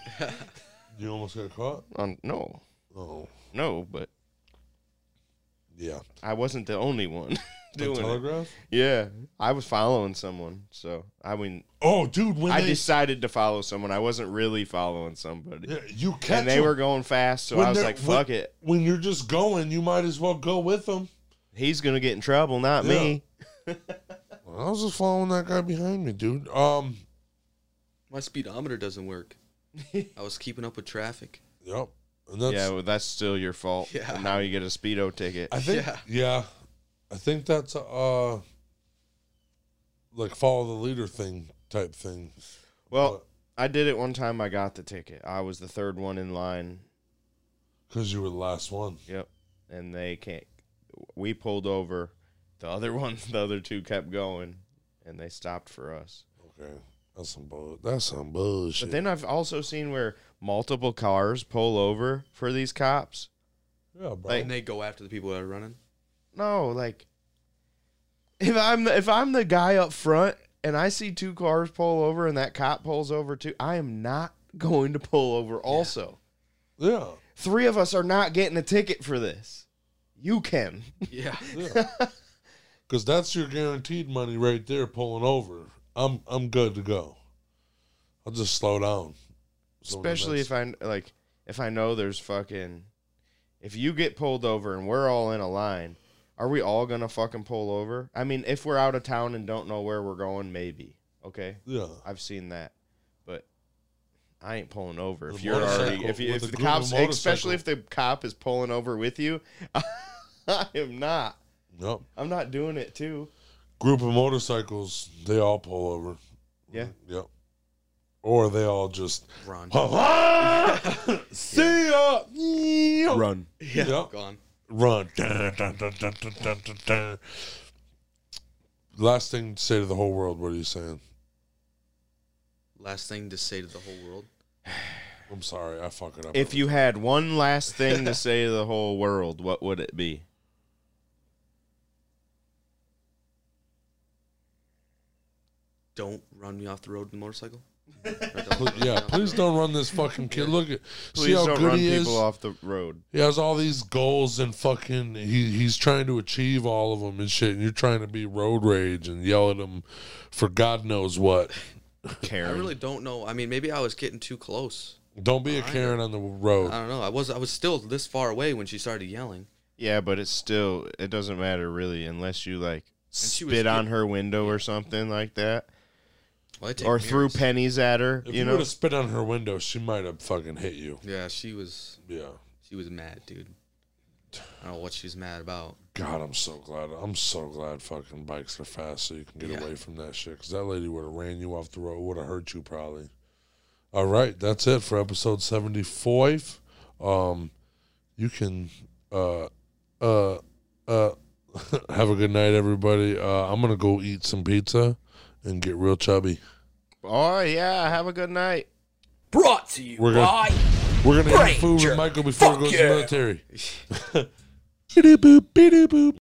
[SPEAKER 1] You almost got caught.
[SPEAKER 2] Um, no,
[SPEAKER 1] Oh
[SPEAKER 2] no, but
[SPEAKER 1] yeah,
[SPEAKER 2] I wasn't the only one
[SPEAKER 1] the
[SPEAKER 2] doing it.
[SPEAKER 1] telegraph.
[SPEAKER 2] Yeah, I was following someone, so I mean,
[SPEAKER 1] Oh, dude, when
[SPEAKER 2] I
[SPEAKER 1] they
[SPEAKER 2] decided to follow someone. I wasn't really following somebody,
[SPEAKER 1] yeah, you catch
[SPEAKER 2] and they
[SPEAKER 1] 'em.
[SPEAKER 2] were going fast, so
[SPEAKER 1] When
[SPEAKER 2] I was
[SPEAKER 1] they're-
[SPEAKER 2] like,
[SPEAKER 1] when-
[SPEAKER 2] "Fuck it,
[SPEAKER 1] When you're just going, you might as well go with them.
[SPEAKER 2] he's gonna get in trouble, not me."
[SPEAKER 1] I was just following that guy behind me, dude. Um,
[SPEAKER 3] My speedometer doesn't work. I was keeping up with traffic.
[SPEAKER 1] yep. And that's
[SPEAKER 2] yeah, well, that's still your fault.
[SPEAKER 3] Yeah.
[SPEAKER 2] And now you get a speedo ticket.
[SPEAKER 1] I think yeah.
[SPEAKER 3] Yeah.
[SPEAKER 1] I think that's uh like follow the leader thing type thing.
[SPEAKER 2] well, I did it one time. I got the ticket. I was the third one in line.
[SPEAKER 1] Because you were the last one.
[SPEAKER 2] Yep. And they can't. We pulled over. The other ones, the other two kept going, and they stopped for us.
[SPEAKER 1] Okay. That's some bull that's some bullshit.
[SPEAKER 2] But then I've also seen where multiple cars pull over for these cops.
[SPEAKER 1] yeah, bro.
[SPEAKER 2] like-
[SPEAKER 3] And they go after the people that are running.
[SPEAKER 2] No, like if I'm the, if I'm the guy up front and I see two cars pull over and that cop pulls over too, I am not going to pull over also.
[SPEAKER 1] yeah.
[SPEAKER 2] Three of us are not getting a ticket for this. You can.
[SPEAKER 3] Yeah.
[SPEAKER 1] Yeah. Cause that's your guaranteed money right there pulling over. I'm I'm good to go. I'll just slow down.
[SPEAKER 2] Especially if I like if I know there's fucking if you get pulled over and we're all in a line, are we all going to fucking pull over? I mean, if we're out of town and don't know where we're going, maybe. Okay?
[SPEAKER 1] Yeah.
[SPEAKER 2] I've seen that, but I ain't pulling over
[SPEAKER 1] With
[SPEAKER 2] if
[SPEAKER 1] a
[SPEAKER 2] you're already
[SPEAKER 1] motorcycle-
[SPEAKER 2] if, you,
[SPEAKER 1] with
[SPEAKER 2] if
[SPEAKER 1] a
[SPEAKER 2] the
[SPEAKER 1] group of
[SPEAKER 2] cops especially
[SPEAKER 1] motorcycle.
[SPEAKER 2] if the cop is pulling over with you. I am not.
[SPEAKER 1] Yep.
[SPEAKER 2] I'm not doing it too.
[SPEAKER 1] Group of motorcycles, they all pull over.
[SPEAKER 2] Yeah.
[SPEAKER 1] Yep. Or they all just
[SPEAKER 3] Ron.
[SPEAKER 1] See ya. Run.
[SPEAKER 3] Yeah.
[SPEAKER 1] Yep.
[SPEAKER 3] Gone.
[SPEAKER 1] Run. Dun, dun, dun, dun, dun, dun, dun, dun. Last thing to say to the whole world, what are you saying?
[SPEAKER 3] Last thing to say to the whole world.
[SPEAKER 1] I'm sorry, I fuck it up.
[SPEAKER 2] If you had one last thing to say to the whole world, what would it be?
[SPEAKER 3] Don't run me off the road in the motorcycle.
[SPEAKER 1] Pl- yeah, please don't run this fucking kid. Look at see
[SPEAKER 2] Please
[SPEAKER 1] how
[SPEAKER 2] don't
[SPEAKER 1] good
[SPEAKER 2] run
[SPEAKER 1] he is.
[SPEAKER 2] people off the road.
[SPEAKER 1] He has all these goals and fucking he he's trying to achieve all of them and shit. And you're trying to be road rage and yell at him for God knows what.
[SPEAKER 3] I
[SPEAKER 2] Karen.
[SPEAKER 3] really don't know. I mean, maybe I was getting too close.
[SPEAKER 1] Don't be a Karen on the road.
[SPEAKER 2] Uh,
[SPEAKER 3] I don't know. I was I was still this far away when she started yelling.
[SPEAKER 2] yeah, but it's still it doesn't matter really unless you like
[SPEAKER 3] she was
[SPEAKER 2] spit on her window or something like that,
[SPEAKER 3] Well, I take
[SPEAKER 2] or threw
[SPEAKER 3] mirrors.
[SPEAKER 2] pennies at her.
[SPEAKER 1] If
[SPEAKER 2] you
[SPEAKER 1] you,
[SPEAKER 2] know,
[SPEAKER 1] would have spit on her window, she might have fucking hit you.
[SPEAKER 3] Yeah, she was
[SPEAKER 1] Yeah.
[SPEAKER 3] she was mad, dude. I don't know what she's mad about.
[SPEAKER 1] God, I'm so glad. I'm so glad fucking bikes are fast so you can get
[SPEAKER 3] Yeah.
[SPEAKER 1] away from that shit. Because that lady would have ran you off the road, would have hurt you probably. All right, that's it for episode 75. Um, you can uh, uh, uh, have a good night, everybody. Uh, I'm going to go eat some pizza and get real chubby.
[SPEAKER 2] oh yeah, have a good night.
[SPEAKER 4] Brought to you
[SPEAKER 1] We're gonna-
[SPEAKER 4] by
[SPEAKER 1] We're going to eat food
[SPEAKER 4] Ranger,
[SPEAKER 1] with Michael before
[SPEAKER 4] fuck
[SPEAKER 1] he goes to
[SPEAKER 4] yeah.
[SPEAKER 1] the military. Beep boop, beep boop.